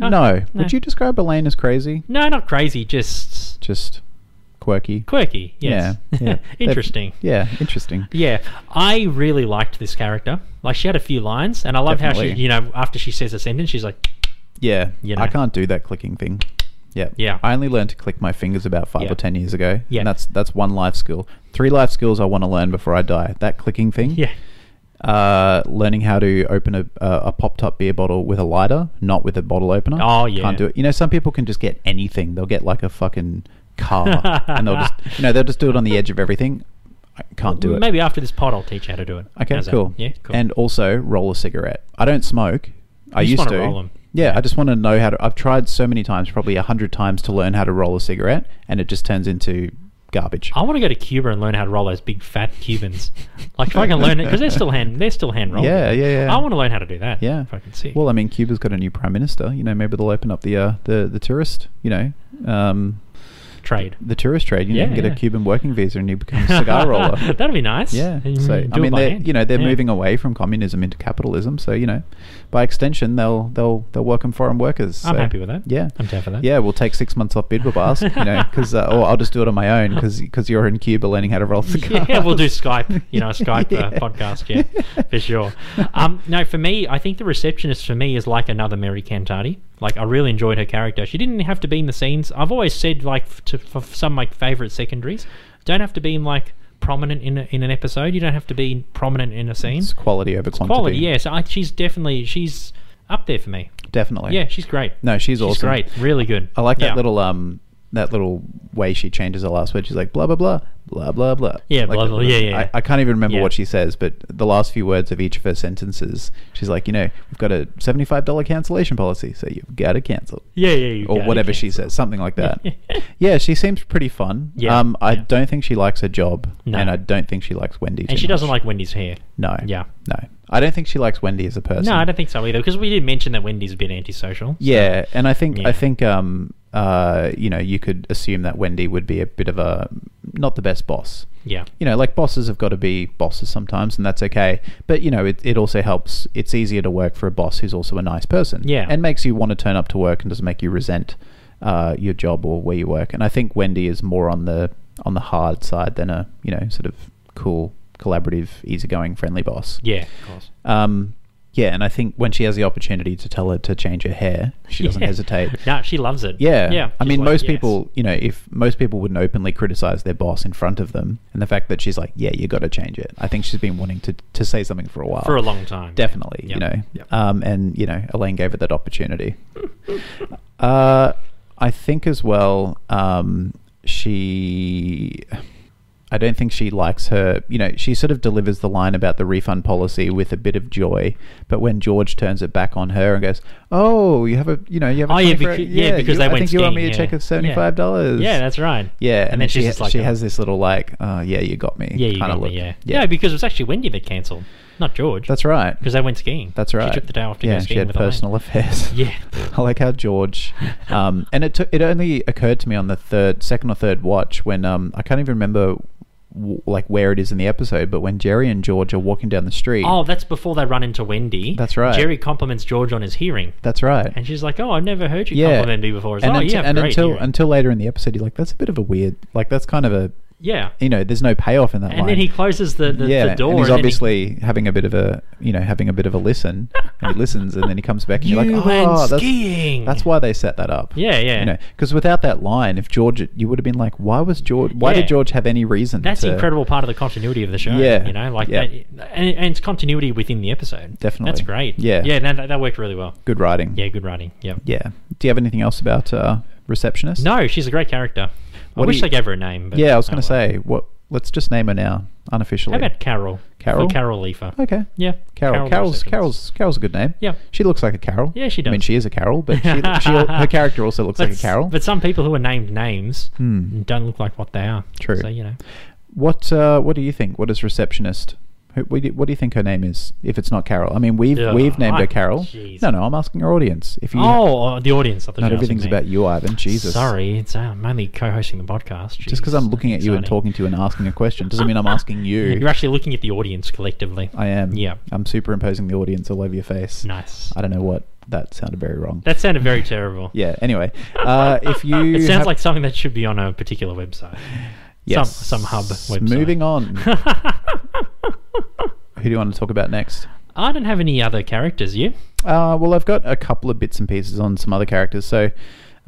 [SPEAKER 6] No. Would you describe Elaine as crazy?
[SPEAKER 5] No, not crazy, just
[SPEAKER 6] Just quirky.
[SPEAKER 5] quirky. Yes.
[SPEAKER 6] Yeah. yeah.
[SPEAKER 5] Interesting.
[SPEAKER 6] That- yeah. Interesting.
[SPEAKER 5] Yeah, I really liked this character. Like she had a few lines, and I love how she,
[SPEAKER 6] Definitely.
[SPEAKER 5] you know, after she says a sentence, she's like,
[SPEAKER 6] Yeah.
[SPEAKER 5] You know.
[SPEAKER 6] I can't do that clicking thing. Yeah.
[SPEAKER 5] Yeah.
[SPEAKER 6] I only learned to click my fingers about five
[SPEAKER 5] Yeah.
[SPEAKER 6] or ten years ago.
[SPEAKER 5] Yeah.
[SPEAKER 6] And that's that's one life skill. Three life skills I want to learn before I die. That clicking thing.
[SPEAKER 5] "Yeah,
[SPEAKER 6] uh, learning how to open a, a, a pop top beer bottle with a lighter, not with a bottle opener.
[SPEAKER 5] Oh, yeah.
[SPEAKER 6] can't do it. You know, some people can just get anything. They'll get like a fucking car, and they'll just you know they'll just do it on the edge of everything. I can't do it.
[SPEAKER 5] maybe after this pod, I'll teach you how to do it."
[SPEAKER 6] Okay,
[SPEAKER 5] How's that?
[SPEAKER 6] cool.
[SPEAKER 5] Yeah, cool.
[SPEAKER 6] And also roll a cigarette. I don't smoke. I
[SPEAKER 5] just
[SPEAKER 6] used
[SPEAKER 5] wanna
[SPEAKER 6] to.
[SPEAKER 5] roll 'em.
[SPEAKER 6] Yeah, I just want to know how to. I've tried so many times, probably a hundred times, to learn how to roll a cigarette, and it just turns into garbage.
[SPEAKER 5] I want to go to Cuba and learn how to roll those big fat Cubans. like if I can learn it, because they're still hand, they're still hand rolled.
[SPEAKER 6] Yeah, yeah, yeah.
[SPEAKER 5] I want to learn how to do that.
[SPEAKER 6] Yeah,
[SPEAKER 5] if I can see.
[SPEAKER 6] Well, I mean, Cuba's got a new prime minister. You know, maybe they'll open up the uh, the the tourist. You know, um,
[SPEAKER 5] trade.
[SPEAKER 6] the tourist trade. You know,
[SPEAKER 5] Yeah,
[SPEAKER 6] you can get
[SPEAKER 5] yeah.
[SPEAKER 6] a Cuban working visa and you become a cigar roller.
[SPEAKER 5] That'd be nice.
[SPEAKER 6] Yeah.
[SPEAKER 5] You
[SPEAKER 6] So
[SPEAKER 5] can do
[SPEAKER 6] I
[SPEAKER 5] it
[SPEAKER 6] mean,
[SPEAKER 5] by
[SPEAKER 6] they're
[SPEAKER 5] hand.
[SPEAKER 6] you know they're
[SPEAKER 5] Yeah.
[SPEAKER 6] moving away from communism into capitalism. So you know, by extension, they'll they'll they'll welcome foreign workers.
[SPEAKER 5] I'm
[SPEAKER 6] So,
[SPEAKER 5] happy with that.
[SPEAKER 6] Yeah.
[SPEAKER 5] I'm down for that.
[SPEAKER 6] Yeah, we'll take six months off bid with us, you know, because uh, or I'll just do it on my own because you're in Cuba learning how to roll cigars.
[SPEAKER 5] yeah, we'll do Skype, you know, Skype Uh,
[SPEAKER 6] Yeah.
[SPEAKER 5] podcast, yeah, for sure. Um, no, for me, I think the receptionist for me is like another Mary Cantati. Like, I really enjoyed her character. She didn't have to be in the scenes. I've always said, like, f- to, for some of my favorite secondaries, don't have to be in like prominent in, a, in an episode. You don't have to be prominent in a scene.
[SPEAKER 6] It's quality over quantity.
[SPEAKER 5] Quality, yeah. So I, she's definitely she's up there for me.
[SPEAKER 6] definitely.
[SPEAKER 5] Yeah, she's great.
[SPEAKER 6] No, she's,
[SPEAKER 5] she's
[SPEAKER 6] awesome.
[SPEAKER 5] great. Really good.
[SPEAKER 6] I like that
[SPEAKER 5] Yeah.
[SPEAKER 6] little um that little way she changes her last word. She's like blah blah blah blah blah blah.
[SPEAKER 5] Yeah,
[SPEAKER 6] Like,
[SPEAKER 5] blah, blah, yeah, yeah.
[SPEAKER 6] I, I can't even remember
[SPEAKER 5] Yeah.
[SPEAKER 6] what she says, but the last few words of each of her sentences, she's like, you know, we've got a seventy-five dollar cancellation policy, so you've got to cancel
[SPEAKER 5] Yeah, yeah, you
[SPEAKER 6] or
[SPEAKER 5] got it,
[SPEAKER 6] whatever
[SPEAKER 5] yeah.
[SPEAKER 6] she says, something like that. yeah, she seems pretty fun.
[SPEAKER 5] Yeah,
[SPEAKER 6] Um, I
[SPEAKER 5] yeah.
[SPEAKER 6] don't think she likes her job,
[SPEAKER 5] No.
[SPEAKER 6] and I don't think she likes Wendy.
[SPEAKER 5] And she doesn't like Wendy's hair.
[SPEAKER 6] No.
[SPEAKER 5] Yeah.
[SPEAKER 6] No, I don't think she likes Wendy as a person.
[SPEAKER 5] No, I don't think so either, because we did mention that Wendy's a bit antisocial.
[SPEAKER 6] Yeah, and I think
[SPEAKER 5] Yeah.
[SPEAKER 6] I think um uh you know you could assume that Wendy would be a bit of a not the best boss.
[SPEAKER 5] Yeah.
[SPEAKER 6] You know, like bosses have got to be bosses sometimes, and that's okay. But you know, it, it also helps. It's easier to work for a boss who's also a nice person.
[SPEAKER 5] Yeah.
[SPEAKER 6] and makes you want to turn up to work and doesn't make you resent uh, your job or where you work. And I think Wendy is more on the on the hard side than a you know sort of cool, collaborative, easygoing, friendly boss.
[SPEAKER 5] Yeah, of course.
[SPEAKER 6] Um, yeah, and I think when she has the opportunity to tell her to change her hair, she doesn't
[SPEAKER 5] Yeah.
[SPEAKER 6] hesitate.
[SPEAKER 5] No, she loves it.
[SPEAKER 6] Yeah,
[SPEAKER 5] Yeah.
[SPEAKER 6] I
[SPEAKER 5] she's
[SPEAKER 6] mean,
[SPEAKER 5] like,
[SPEAKER 6] most
[SPEAKER 5] yes.
[SPEAKER 6] people, you know, if most people wouldn't openly criticize their boss in front of them, and the fact that she's like, "Yeah, you got to change it," I think she's been wanting to to say something for a while,
[SPEAKER 5] For a long time.
[SPEAKER 6] definitely,
[SPEAKER 5] Yeah.
[SPEAKER 6] you know.
[SPEAKER 5] Yeah.
[SPEAKER 6] Um, and you know, Elaine gave her that opportunity. uh, I think as well, um, she. I don't think she likes her. You know, she sort of delivers the line about the refund policy with a bit of joy, but when George turns it back on her and goes, "Oh, you have a, you know, you have a
[SPEAKER 5] Oh, yeah,
[SPEAKER 6] 24
[SPEAKER 5] becau- yeah, because
[SPEAKER 6] you-
[SPEAKER 5] they
[SPEAKER 6] I
[SPEAKER 5] went
[SPEAKER 6] think you owe
[SPEAKER 5] skiing,
[SPEAKER 6] me a
[SPEAKER 5] yeah.
[SPEAKER 6] check of
[SPEAKER 5] Yeah.
[SPEAKER 6] seventy-five dollars."
[SPEAKER 5] Yeah, that's right.
[SPEAKER 6] Yeah, and, then, she
[SPEAKER 5] just
[SPEAKER 6] ha-
[SPEAKER 5] like,
[SPEAKER 6] she
[SPEAKER 5] oh,
[SPEAKER 6] has this little like, "Oh, yeah, you got me."
[SPEAKER 5] yeah, you
[SPEAKER 6] kinda
[SPEAKER 5] got me,
[SPEAKER 6] look.
[SPEAKER 5] yeah. yeah. No, because it was actually Wendy that cancelled, not George.
[SPEAKER 6] that's right.
[SPEAKER 5] because they went skiing.
[SPEAKER 6] That's right.
[SPEAKER 5] She took the day off to
[SPEAKER 6] yeah,
[SPEAKER 5] go
[SPEAKER 6] she
[SPEAKER 5] skiing
[SPEAKER 6] had
[SPEAKER 5] with
[SPEAKER 6] personal
[SPEAKER 5] Elaine.
[SPEAKER 6] affairs.
[SPEAKER 5] Yeah.
[SPEAKER 6] I like how George, um, and it took, it only occurred to me on the third, second or third watch when um, I can't even remember w- like where it is in the episode, but when Jerry and George are walking down the street.
[SPEAKER 5] Oh, that's before they run into Wendy.
[SPEAKER 6] That's right.
[SPEAKER 5] Jerry compliments George on his hearing,
[SPEAKER 6] that's right.
[SPEAKER 5] and she's like, "Oh, I've never heard you
[SPEAKER 6] yeah,
[SPEAKER 5] compliment me before." It's
[SPEAKER 6] and
[SPEAKER 5] like, oh,
[SPEAKER 6] unti-
[SPEAKER 5] yeah,
[SPEAKER 6] and
[SPEAKER 5] great
[SPEAKER 6] until
[SPEAKER 5] hearing."
[SPEAKER 6] until later in the episode, you're like, that's a bit of a weird, like that's kind of a,
[SPEAKER 5] yeah,
[SPEAKER 6] you know, there's no payoff in that.
[SPEAKER 5] and then
[SPEAKER 6] line.
[SPEAKER 5] he closes the, the,
[SPEAKER 6] yeah,
[SPEAKER 5] the door.
[SPEAKER 6] and he's
[SPEAKER 5] then he-
[SPEAKER 6] obviously having a bit of a, you know, having a bit of a listen, and he listens, and then he comes back, and you're
[SPEAKER 5] You
[SPEAKER 6] like,
[SPEAKER 5] went
[SPEAKER 6] oh, that's,
[SPEAKER 5] skiing."
[SPEAKER 6] That's why they set that up.
[SPEAKER 5] Yeah, yeah.
[SPEAKER 6] You know, because without that line, if George, you would have been like, why was George? Why
[SPEAKER 5] Yeah.
[SPEAKER 6] did George have any reason?
[SPEAKER 5] that's
[SPEAKER 6] to,
[SPEAKER 5] the incredible part of the continuity of the show.
[SPEAKER 6] Yeah,
[SPEAKER 5] you know, like
[SPEAKER 6] yeah.
[SPEAKER 5] that, and, and it's continuity within the episode.
[SPEAKER 6] Definitely.
[SPEAKER 5] that's great.
[SPEAKER 6] Yeah.
[SPEAKER 5] yeah, no, that, that worked really well.
[SPEAKER 6] Good writing.
[SPEAKER 5] Yeah, good writing. Yeah,
[SPEAKER 6] Yeah. Do you have anything else about uh, receptionist?
[SPEAKER 5] no, she's a great character.
[SPEAKER 6] What
[SPEAKER 5] I
[SPEAKER 6] do
[SPEAKER 5] wish
[SPEAKER 6] you-
[SPEAKER 5] they gave her a name. But
[SPEAKER 6] Yeah, I was
[SPEAKER 5] oh
[SPEAKER 6] going to
[SPEAKER 5] well.
[SPEAKER 6] say what. Let's just name her now unofficially.
[SPEAKER 5] how about Carol?
[SPEAKER 6] Carol?
[SPEAKER 5] for Carol Leifer.
[SPEAKER 6] Okay.
[SPEAKER 5] Yeah,
[SPEAKER 6] Carol.
[SPEAKER 5] the
[SPEAKER 6] Carol's
[SPEAKER 5] receptionist.
[SPEAKER 6] Carol's Carol's a good name.
[SPEAKER 5] Yeah.
[SPEAKER 6] She looks like a Carol.
[SPEAKER 5] Yeah, she
[SPEAKER 6] I mean,
[SPEAKER 5] does.
[SPEAKER 6] she is a Carol, but she, she her character also looks
[SPEAKER 5] But
[SPEAKER 6] like a
[SPEAKER 5] s-
[SPEAKER 6] Carol. Hmm.
[SPEAKER 5] But some people who are named names don't look like what they are.
[SPEAKER 6] True.
[SPEAKER 5] So you know,
[SPEAKER 6] What uh, What do you think? What is receptionist? Who, what do you- what do you think her name is? If it's not Carol, I mean, we've
[SPEAKER 5] Ugh,
[SPEAKER 6] we've named
[SPEAKER 5] I-
[SPEAKER 6] her Carol.
[SPEAKER 5] jeez.
[SPEAKER 6] No, no, I'm asking our audience. If you
[SPEAKER 5] oh, uh, the audience. I thought you
[SPEAKER 6] not
[SPEAKER 5] were asking
[SPEAKER 6] everything's
[SPEAKER 5] me.
[SPEAKER 6] about you, Ivan. Jesus,
[SPEAKER 5] Sorry, it's uh, I'm only co-hosting the podcast.
[SPEAKER 6] Just because
[SPEAKER 5] Jeez,
[SPEAKER 6] I'm looking at you and
[SPEAKER 5] exciting.
[SPEAKER 6] talking to you and asking a question doesn't mean I'm asking
[SPEAKER 5] You're
[SPEAKER 6] you.
[SPEAKER 5] actually looking at the audience collectively.
[SPEAKER 6] I am.
[SPEAKER 5] Yeah.
[SPEAKER 6] I'm superimposing the audience all over your face.
[SPEAKER 5] Nice.
[SPEAKER 6] I don't know what that sounded very wrong.
[SPEAKER 5] That sounded very terrible.
[SPEAKER 6] yeah. Anyway, uh, if you
[SPEAKER 5] It sounds
[SPEAKER 6] have-
[SPEAKER 5] like something that should be on a particular website.
[SPEAKER 6] Yes.
[SPEAKER 5] some some hub website.
[SPEAKER 6] Moving on. Who do you want to talk about next?
[SPEAKER 5] I don't have any other characters. You?
[SPEAKER 6] Uh, well, I've got a couple of bits and pieces on some other characters. So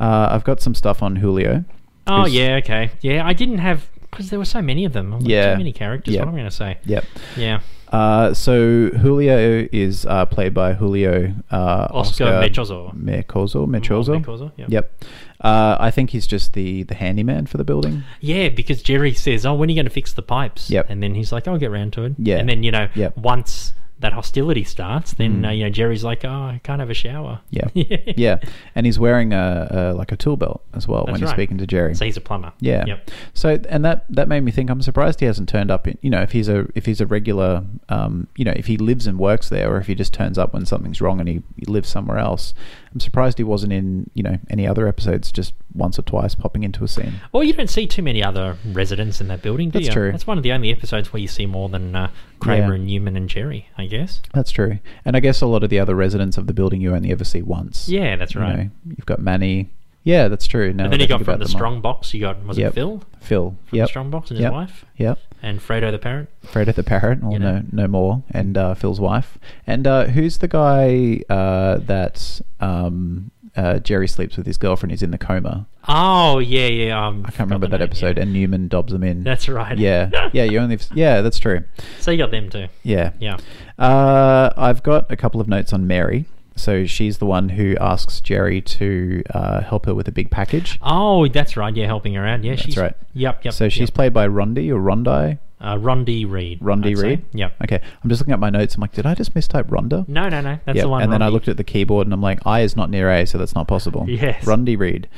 [SPEAKER 6] uh, I've got some stuff on Julio.
[SPEAKER 5] Oh
[SPEAKER 6] Who's-
[SPEAKER 5] yeah, okay. Yeah, I didn't have because there were so many of them. I'm like,
[SPEAKER 6] Yeah.
[SPEAKER 5] too many characters.
[SPEAKER 6] Yeah.
[SPEAKER 5] What am I going to say?
[SPEAKER 6] Yep.
[SPEAKER 5] Yeah.
[SPEAKER 6] Uh, so Julio is uh, played by Julio uh,
[SPEAKER 5] Oscar Melchizor.
[SPEAKER 6] Mercozo. Mercozo.
[SPEAKER 5] Melchizor, yeah.
[SPEAKER 6] Yep. Uh, I think he's just the the handyman for the building.
[SPEAKER 5] Yeah, because Jerry says, "Oh, when are you going to fix the pipes?"
[SPEAKER 6] Yep.
[SPEAKER 5] And then he's like, "I'll get round to it."
[SPEAKER 6] Yeah.
[SPEAKER 5] And then you know,
[SPEAKER 6] Yep. Mm.
[SPEAKER 5] once that hostility starts, then uh, you know Jerry's like, "Oh, I can't have a shower."
[SPEAKER 6] Yeah. yeah. And he's wearing a, a like a tool belt as well when
[SPEAKER 5] That's
[SPEAKER 6] he's
[SPEAKER 5] right.
[SPEAKER 6] speaking to Jerry.
[SPEAKER 5] So he's a plumber.
[SPEAKER 6] Yeah.
[SPEAKER 5] Yep.
[SPEAKER 6] So and that that made me think. I'm surprised he hasn't turned up. In, you know, if he's a if he's a regular, um, you know, if he lives and works there, or if he just turns up when something's wrong and he, he lives somewhere else. I'm surprised he wasn't in you know any other episodes, just once or twice popping into a scene.
[SPEAKER 5] Well, you don't see too many other residents in that building, do
[SPEAKER 6] That's
[SPEAKER 5] you?
[SPEAKER 6] true.
[SPEAKER 5] That's one of the only episodes where you see more than uh, Kramer
[SPEAKER 6] Yeah.
[SPEAKER 5] and Newman and Jerry, I guess.
[SPEAKER 6] That's true. And I guess a lot of the other residents of the building you only ever see once.
[SPEAKER 5] Yeah, that's right.
[SPEAKER 6] You know, you've got Manny. Yeah, that's true. Now
[SPEAKER 5] and then
[SPEAKER 6] that
[SPEAKER 5] you
[SPEAKER 6] I
[SPEAKER 5] got
[SPEAKER 6] think
[SPEAKER 5] from
[SPEAKER 6] about
[SPEAKER 5] the
[SPEAKER 6] them all.
[SPEAKER 5] strong box. You got was
[SPEAKER 6] Yep.
[SPEAKER 5] it Phil
[SPEAKER 6] Phil.
[SPEAKER 5] from
[SPEAKER 6] yep.
[SPEAKER 5] the strong box and his
[SPEAKER 6] Yep.
[SPEAKER 5] wife
[SPEAKER 6] Yep.
[SPEAKER 5] and Fredo the parrot.
[SPEAKER 6] Fred at the parrot, or
[SPEAKER 5] You know.
[SPEAKER 6] no, no more, and uh, Phil's wife. And uh, who's the guy uh, that um, uh, Jerry sleeps with his girlfriend? He's in the coma.
[SPEAKER 5] Oh yeah, yeah. Um,
[SPEAKER 6] I can't remember that episode. And Newman dobs him in.
[SPEAKER 5] That's right.
[SPEAKER 6] Yeah, yeah. You only. Yeah, that's true.
[SPEAKER 5] So you got them too.
[SPEAKER 6] Yeah.
[SPEAKER 5] Yeah.
[SPEAKER 6] Uh, I've got a couple of notes on Mary. So she's the one who asks Jerry to uh, help her with a big package.
[SPEAKER 5] Oh, that's right. Yeah, helping her out. Yeah, she's
[SPEAKER 6] right.
[SPEAKER 5] Yep, yep.
[SPEAKER 6] So she's
[SPEAKER 5] yep.
[SPEAKER 6] played by Rondi or Rondi.
[SPEAKER 5] uh, Rondi Reed.
[SPEAKER 6] Rondi
[SPEAKER 5] I'd say.
[SPEAKER 6] Reed.
[SPEAKER 5] Yep.
[SPEAKER 6] Okay. I'm just looking at my notes. I'm like, did I just mistype Ronda?
[SPEAKER 5] No, no, no. That's
[SPEAKER 6] Yeah,
[SPEAKER 5] the one.
[SPEAKER 6] and then I
[SPEAKER 5] Rondi.
[SPEAKER 6] looked at the keyboard and I'm like, I is not near A, so that's not possible.
[SPEAKER 5] Yes.
[SPEAKER 6] Rundy Reed.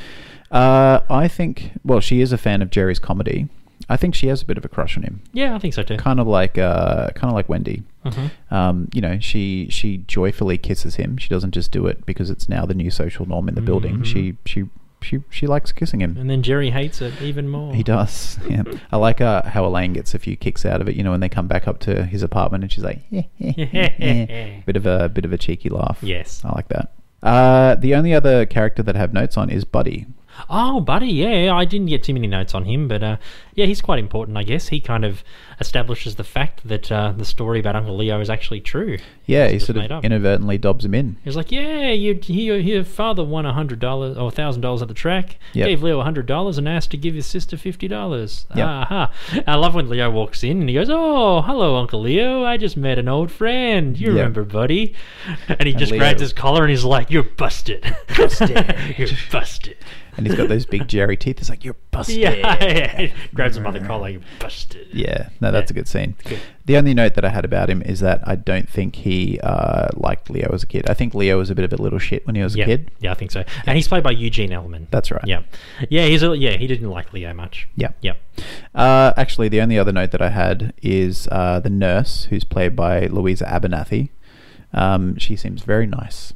[SPEAKER 6] Uh, I think, well, she is a fan of Jerry's comedy. I think she has a bit of a crush on him,
[SPEAKER 5] Yeah, I think so too.
[SPEAKER 6] kind of like, uh, kind of like Wendy.
[SPEAKER 5] Mm-hmm.
[SPEAKER 6] Um, you know, she she joyfully kisses him. She doesn't just do it because it's now the new social norm in the
[SPEAKER 5] Mm-hmm.
[SPEAKER 6] building. She she she she likes kissing him.
[SPEAKER 5] And then Jerry hates it even more.
[SPEAKER 6] He does. Yeah. I like uh, how Elaine gets a few kicks out of it. You know, when they come back up to his apartment, and she's like, bit of a bit of a cheeky laugh.
[SPEAKER 5] Yes.
[SPEAKER 6] I like that. Uh, the only other character that I have notes on is Buddy.
[SPEAKER 5] Oh, buddy, yeah, I didn't get too many notes on him, but uh, yeah, he's quite important, I guess. He kind of establishes the fact that uh, the story about Uncle Leo is actually true.
[SPEAKER 6] Yeah,
[SPEAKER 5] It's
[SPEAKER 6] he
[SPEAKER 5] just
[SPEAKER 6] sort
[SPEAKER 5] made
[SPEAKER 6] of
[SPEAKER 5] up.
[SPEAKER 6] inadvertently dobs him in.
[SPEAKER 5] He was like, "Yeah, you, he, your father won a hundred dollars or thousand dollars at the track.
[SPEAKER 6] Yep.
[SPEAKER 5] Gave Leo a hundred dollars and asked to give his sister fifty dollars.
[SPEAKER 6] Yep.
[SPEAKER 5] Aha! I love when Leo walks in and he goes, "Oh, hello, Uncle Leo. I just met an old friend. You
[SPEAKER 6] Yep.
[SPEAKER 5] remember, buddy?" And he just
[SPEAKER 6] Leo-
[SPEAKER 5] grabs his collar and he's like, "You're busted. Busted. You're busted."
[SPEAKER 6] And he's got those big Jerry teeth. It's like, you're busted.
[SPEAKER 5] Yeah, grabs him by the collar. "You're busted.
[SPEAKER 6] Yeah, no, that's a good scene.
[SPEAKER 5] Good.
[SPEAKER 6] The only note that I had about him is that I don't think he uh, liked Leo as a kid. I think Leo was a bit of a little shit when he was a
[SPEAKER 5] Yeah,
[SPEAKER 6] kid.
[SPEAKER 5] yeah, I think so. And he's played by Eugene Ellman.
[SPEAKER 6] That's right.
[SPEAKER 5] Yeah, yeah, he's a, yeah. He didn't like Leo much.
[SPEAKER 6] Yeah.
[SPEAKER 5] yeah.
[SPEAKER 6] Uh, actually, the only other note that I had is uh, the nurse, who's played by Louisa Abernathy. Um, she seems very nice.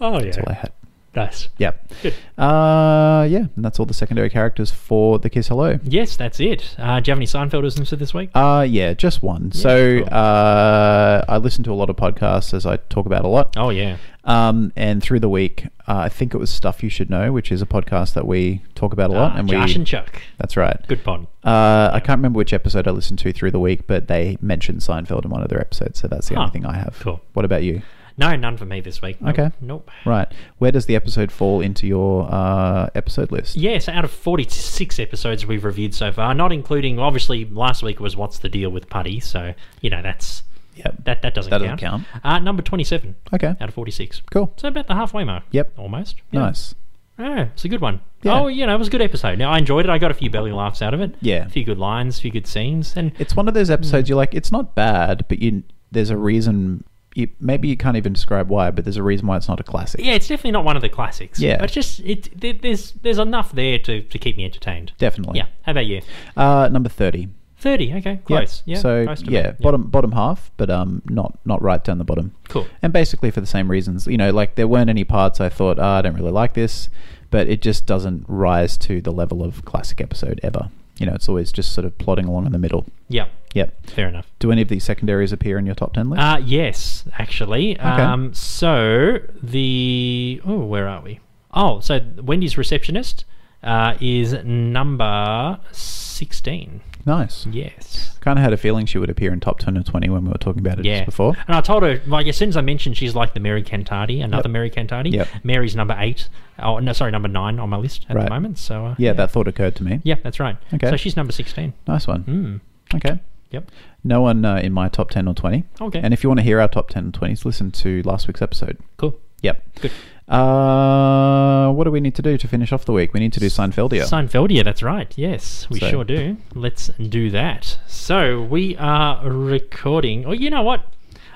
[SPEAKER 5] Oh yeah,
[SPEAKER 6] That's all I had.
[SPEAKER 5] nice.
[SPEAKER 6] Yep.
[SPEAKER 5] Good.
[SPEAKER 6] Uh, yeah, and that's all the secondary characters for the Kiss Hello.
[SPEAKER 5] Yes, that's it. Uh, do you have any Seinfeldisms for this week?
[SPEAKER 6] Uh, yeah, just one. so
[SPEAKER 5] cool.
[SPEAKER 6] uh, I listen to a lot of podcasts, as I talk about a lot.
[SPEAKER 5] oh yeah,
[SPEAKER 6] Um, and through the week, uh, I think it was Stuff You Should Know, which is a podcast that we talk about a lot.
[SPEAKER 5] Ah,
[SPEAKER 6] Oh, and
[SPEAKER 5] Josh
[SPEAKER 6] we,
[SPEAKER 5] and Chuck.
[SPEAKER 6] That's right.
[SPEAKER 5] Good pod.
[SPEAKER 6] Uh, I can't remember which episode I listened to through the week, but they mentioned Seinfeld in one of their episodes, so that's the
[SPEAKER 5] Huh.
[SPEAKER 6] only thing I have.
[SPEAKER 5] Cool.
[SPEAKER 6] What about you?
[SPEAKER 5] No, none for me this week. Nope.
[SPEAKER 6] Okay.
[SPEAKER 5] Nope.
[SPEAKER 6] Right. Where does the episode fall into your uh, episode list?
[SPEAKER 5] Yeah, so out of 46 episodes we've reviewed so far, not including, obviously, last week was What's the Deal with Putty, so, you know, that's.
[SPEAKER 6] Yep.
[SPEAKER 5] That, that doesn't
[SPEAKER 6] That doesn't
[SPEAKER 5] count. Uh, number 27
[SPEAKER 6] Okay.
[SPEAKER 5] out of 46.
[SPEAKER 6] Cool.
[SPEAKER 5] So about the halfway mark.
[SPEAKER 6] Yep.
[SPEAKER 5] Almost. Yeah.
[SPEAKER 6] Nice.
[SPEAKER 5] Yeah, it's a good one.
[SPEAKER 6] Yeah.
[SPEAKER 5] Oh, you know, it was a good episode. Now, I enjoyed it. I got a few belly laughs out of it.
[SPEAKER 6] Yeah.
[SPEAKER 5] A few good lines, a few good scenes, and
[SPEAKER 6] It's one of those
[SPEAKER 5] Mm.
[SPEAKER 6] episodes you're like, it's not bad, but you there's a reason. You, maybe you can't even describe why, but there's a reason why it's not a classic.
[SPEAKER 5] Yeah, it's definitely not one of the classics.
[SPEAKER 6] Yeah.
[SPEAKER 5] but it's just it there, there's there's enough there to, to keep me entertained.
[SPEAKER 6] Definitely.
[SPEAKER 5] Yeah. How about you?
[SPEAKER 6] Uh, number thirty.
[SPEAKER 5] Thirty. Okay, close. Yeah.
[SPEAKER 6] So
[SPEAKER 5] close to me.
[SPEAKER 6] yeah, bottom bottom half, but um, not not right down the bottom.
[SPEAKER 5] Cool.
[SPEAKER 6] And basically for the same reasons, you know, like there weren't any parts I thought, ah, I don't really like this, but it just doesn't rise to the level of classic episode ever. You know, it's always just sort of plodding along in the middle.
[SPEAKER 5] Yeah.
[SPEAKER 6] Yep.
[SPEAKER 5] Fair enough.
[SPEAKER 6] Do any of these secondaries appear in your top ten list?
[SPEAKER 5] Uh, yes, actually. Um, so the oh, where are we? Oh, so Wendy's receptionist uh, is number sixteen.
[SPEAKER 6] nice.
[SPEAKER 5] Yes.
[SPEAKER 6] Kind of had a feeling she would appear in top ten or twenty when we were talking about it
[SPEAKER 5] Yeah. Ah,
[SPEAKER 6] just before.
[SPEAKER 5] And I told her, like, as soon as I mentioned she's like the Mary Cantati, another Mary Cantati.
[SPEAKER 6] Yep.
[SPEAKER 5] Mary's number eight. Oh, no, sorry, number nine on my list at
[SPEAKER 6] Right.
[SPEAKER 5] the moment. So, uh,
[SPEAKER 6] Yeah, that thought occurred to me.
[SPEAKER 5] Yeah, Hmm. that's right.
[SPEAKER 6] Okay.
[SPEAKER 5] So she's number 16.
[SPEAKER 6] Nice one. Mm. Okay.
[SPEAKER 5] Yep.
[SPEAKER 6] No one uh, in my top ten or twenty.
[SPEAKER 5] Okay.
[SPEAKER 6] And if you want to hear our top ten and twenties, listen to last week's episode.
[SPEAKER 5] Cool.
[SPEAKER 6] Yep.
[SPEAKER 5] Good.
[SPEAKER 6] Uh, what do we need to do to finish off the week? We need to do Seinfeldia.
[SPEAKER 5] Seinfeldia, that's right. Yes, we
[SPEAKER 6] So-
[SPEAKER 5] sure do. Let's do that. So we are recording. Oh, you know what?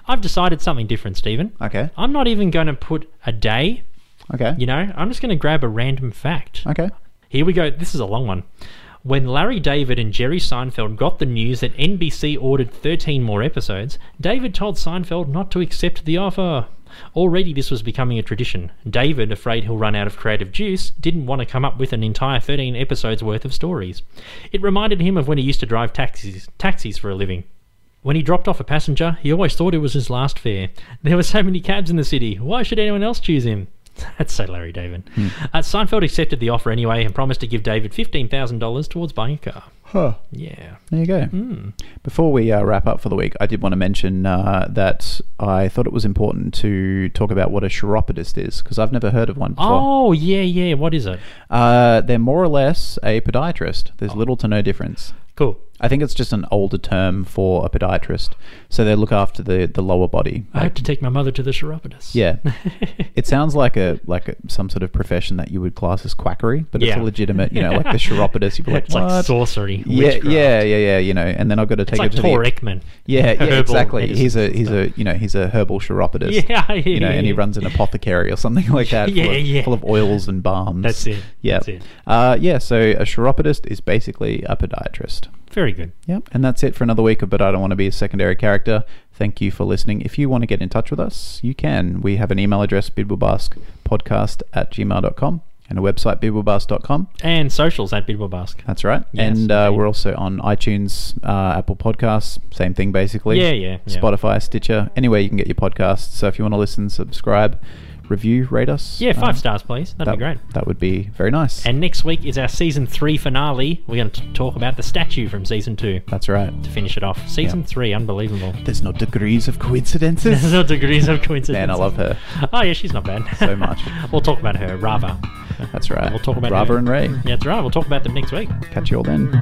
[SPEAKER 5] I've decided something different, Stephen.
[SPEAKER 6] okay.
[SPEAKER 5] I'm not even going to put a day,
[SPEAKER 6] Okay.
[SPEAKER 5] you know, I'm just going to grab a random fact.
[SPEAKER 6] Okay.
[SPEAKER 5] Here we go. This is a long one. When Larry David and Jerry Seinfeld got the news that NBC ordered 13 more episodes, David told Seinfeld not to accept the offer. Already, this was becoming a tradition. David, afraid he'll run out of creative juice, didn't want to come up with an entire 13 episodes worth of stories. It reminded him of when he used to drive taxis, taxis for a living. When he dropped off a passenger, he always thought it was his last fare. There were so many cabs in the city. Why should anyone else choose him? That's so Larry David.
[SPEAKER 6] Hmm.
[SPEAKER 5] Uh, Seinfeld accepted the offer anyway and promised to give David $15,000 towards buying a car.
[SPEAKER 6] Huh.
[SPEAKER 5] Yeah.
[SPEAKER 6] There you go.
[SPEAKER 5] Hmm.
[SPEAKER 6] Before we uh, wrap up for the week, I did want to mention uh, that I thought it was important to talk about what a chiropodist is because I've never heard of one before.
[SPEAKER 5] Oh, yeah, yeah. What is it? Oh.
[SPEAKER 6] Uh, they're more or less a podiatrist. There's little to no difference.
[SPEAKER 5] Cool.
[SPEAKER 6] I think it's just an older term for a podiatrist. So they look after the, the lower body.
[SPEAKER 5] I had to take my mother to the chiropodist.
[SPEAKER 6] Uh, Yeah, it sounds like a like a, some sort of profession that you would class as quackery, but it's
[SPEAKER 5] Yeah.
[SPEAKER 6] a legitimate, you know, like the chiropodist. You'd be like,
[SPEAKER 5] It's
[SPEAKER 6] what?
[SPEAKER 5] like sorcery.
[SPEAKER 6] yeah,
[SPEAKER 5] witchcraft.
[SPEAKER 6] yeah, yeah, yeah. You know, and then I've got to
[SPEAKER 5] It's
[SPEAKER 6] take
[SPEAKER 5] like
[SPEAKER 6] it to
[SPEAKER 5] Tor
[SPEAKER 6] the
[SPEAKER 5] Ekman.
[SPEAKER 6] yeah, yeah,
[SPEAKER 5] Herbal
[SPEAKER 6] exactly.
[SPEAKER 5] medicine
[SPEAKER 6] He's a he's
[SPEAKER 5] stuff.
[SPEAKER 6] a you know he's a herbal chiropodist.
[SPEAKER 5] Yeah, yeah,
[SPEAKER 6] you know, and he
[SPEAKER 5] yeah.
[SPEAKER 6] runs an apothecary or something like that.
[SPEAKER 5] Yeah,
[SPEAKER 6] full of,
[SPEAKER 5] yeah.
[SPEAKER 6] full of oils and balms.
[SPEAKER 5] That's it.
[SPEAKER 6] Yeah,
[SPEAKER 5] That's it.
[SPEAKER 6] Uh, yeah. So a chiropodist is basically a podiatrist.
[SPEAKER 5] Very good.
[SPEAKER 6] Yep, and that's it for another week of But I Don't Want to Be a Secondary Character. Thank you for listening. If you want to get in touch with us, you can. We have an email address, podcast at gmail.com, and a website, bibblebask.com.
[SPEAKER 5] And socials at Bidwell Bask.
[SPEAKER 6] That's right.
[SPEAKER 5] Yes,
[SPEAKER 6] and uh,
[SPEAKER 5] indeed.
[SPEAKER 6] we're also on iTunes, uh, Apple Podcasts, same thing basically.
[SPEAKER 5] Yeah, yeah, yeah.
[SPEAKER 6] Spotify, Stitcher, anywhere you can get your podcasts. So if you want to listen, subscribe, review, rate us.
[SPEAKER 5] Yeah, five
[SPEAKER 6] Uh,
[SPEAKER 5] stars, please. That'd
[SPEAKER 6] That,
[SPEAKER 5] be great.
[SPEAKER 6] that would be very nice.
[SPEAKER 5] And next week is our season three finale. We're going to talk about the statue from season two
[SPEAKER 6] that's right.
[SPEAKER 5] to finish it off. Season three, unbelievable.
[SPEAKER 6] There's no degrees of coincidences.
[SPEAKER 5] There's no degrees of coincidence.
[SPEAKER 6] Man, I love her.
[SPEAKER 5] Oh yeah, she's not bad.
[SPEAKER 6] So much.
[SPEAKER 5] we'll talk about her, Rava.
[SPEAKER 6] That's right.
[SPEAKER 5] We'll talk about
[SPEAKER 6] Rava
[SPEAKER 5] her.
[SPEAKER 6] and Ray.
[SPEAKER 5] Yeah, that's right. We'll talk about them next week.
[SPEAKER 6] Catch you all then.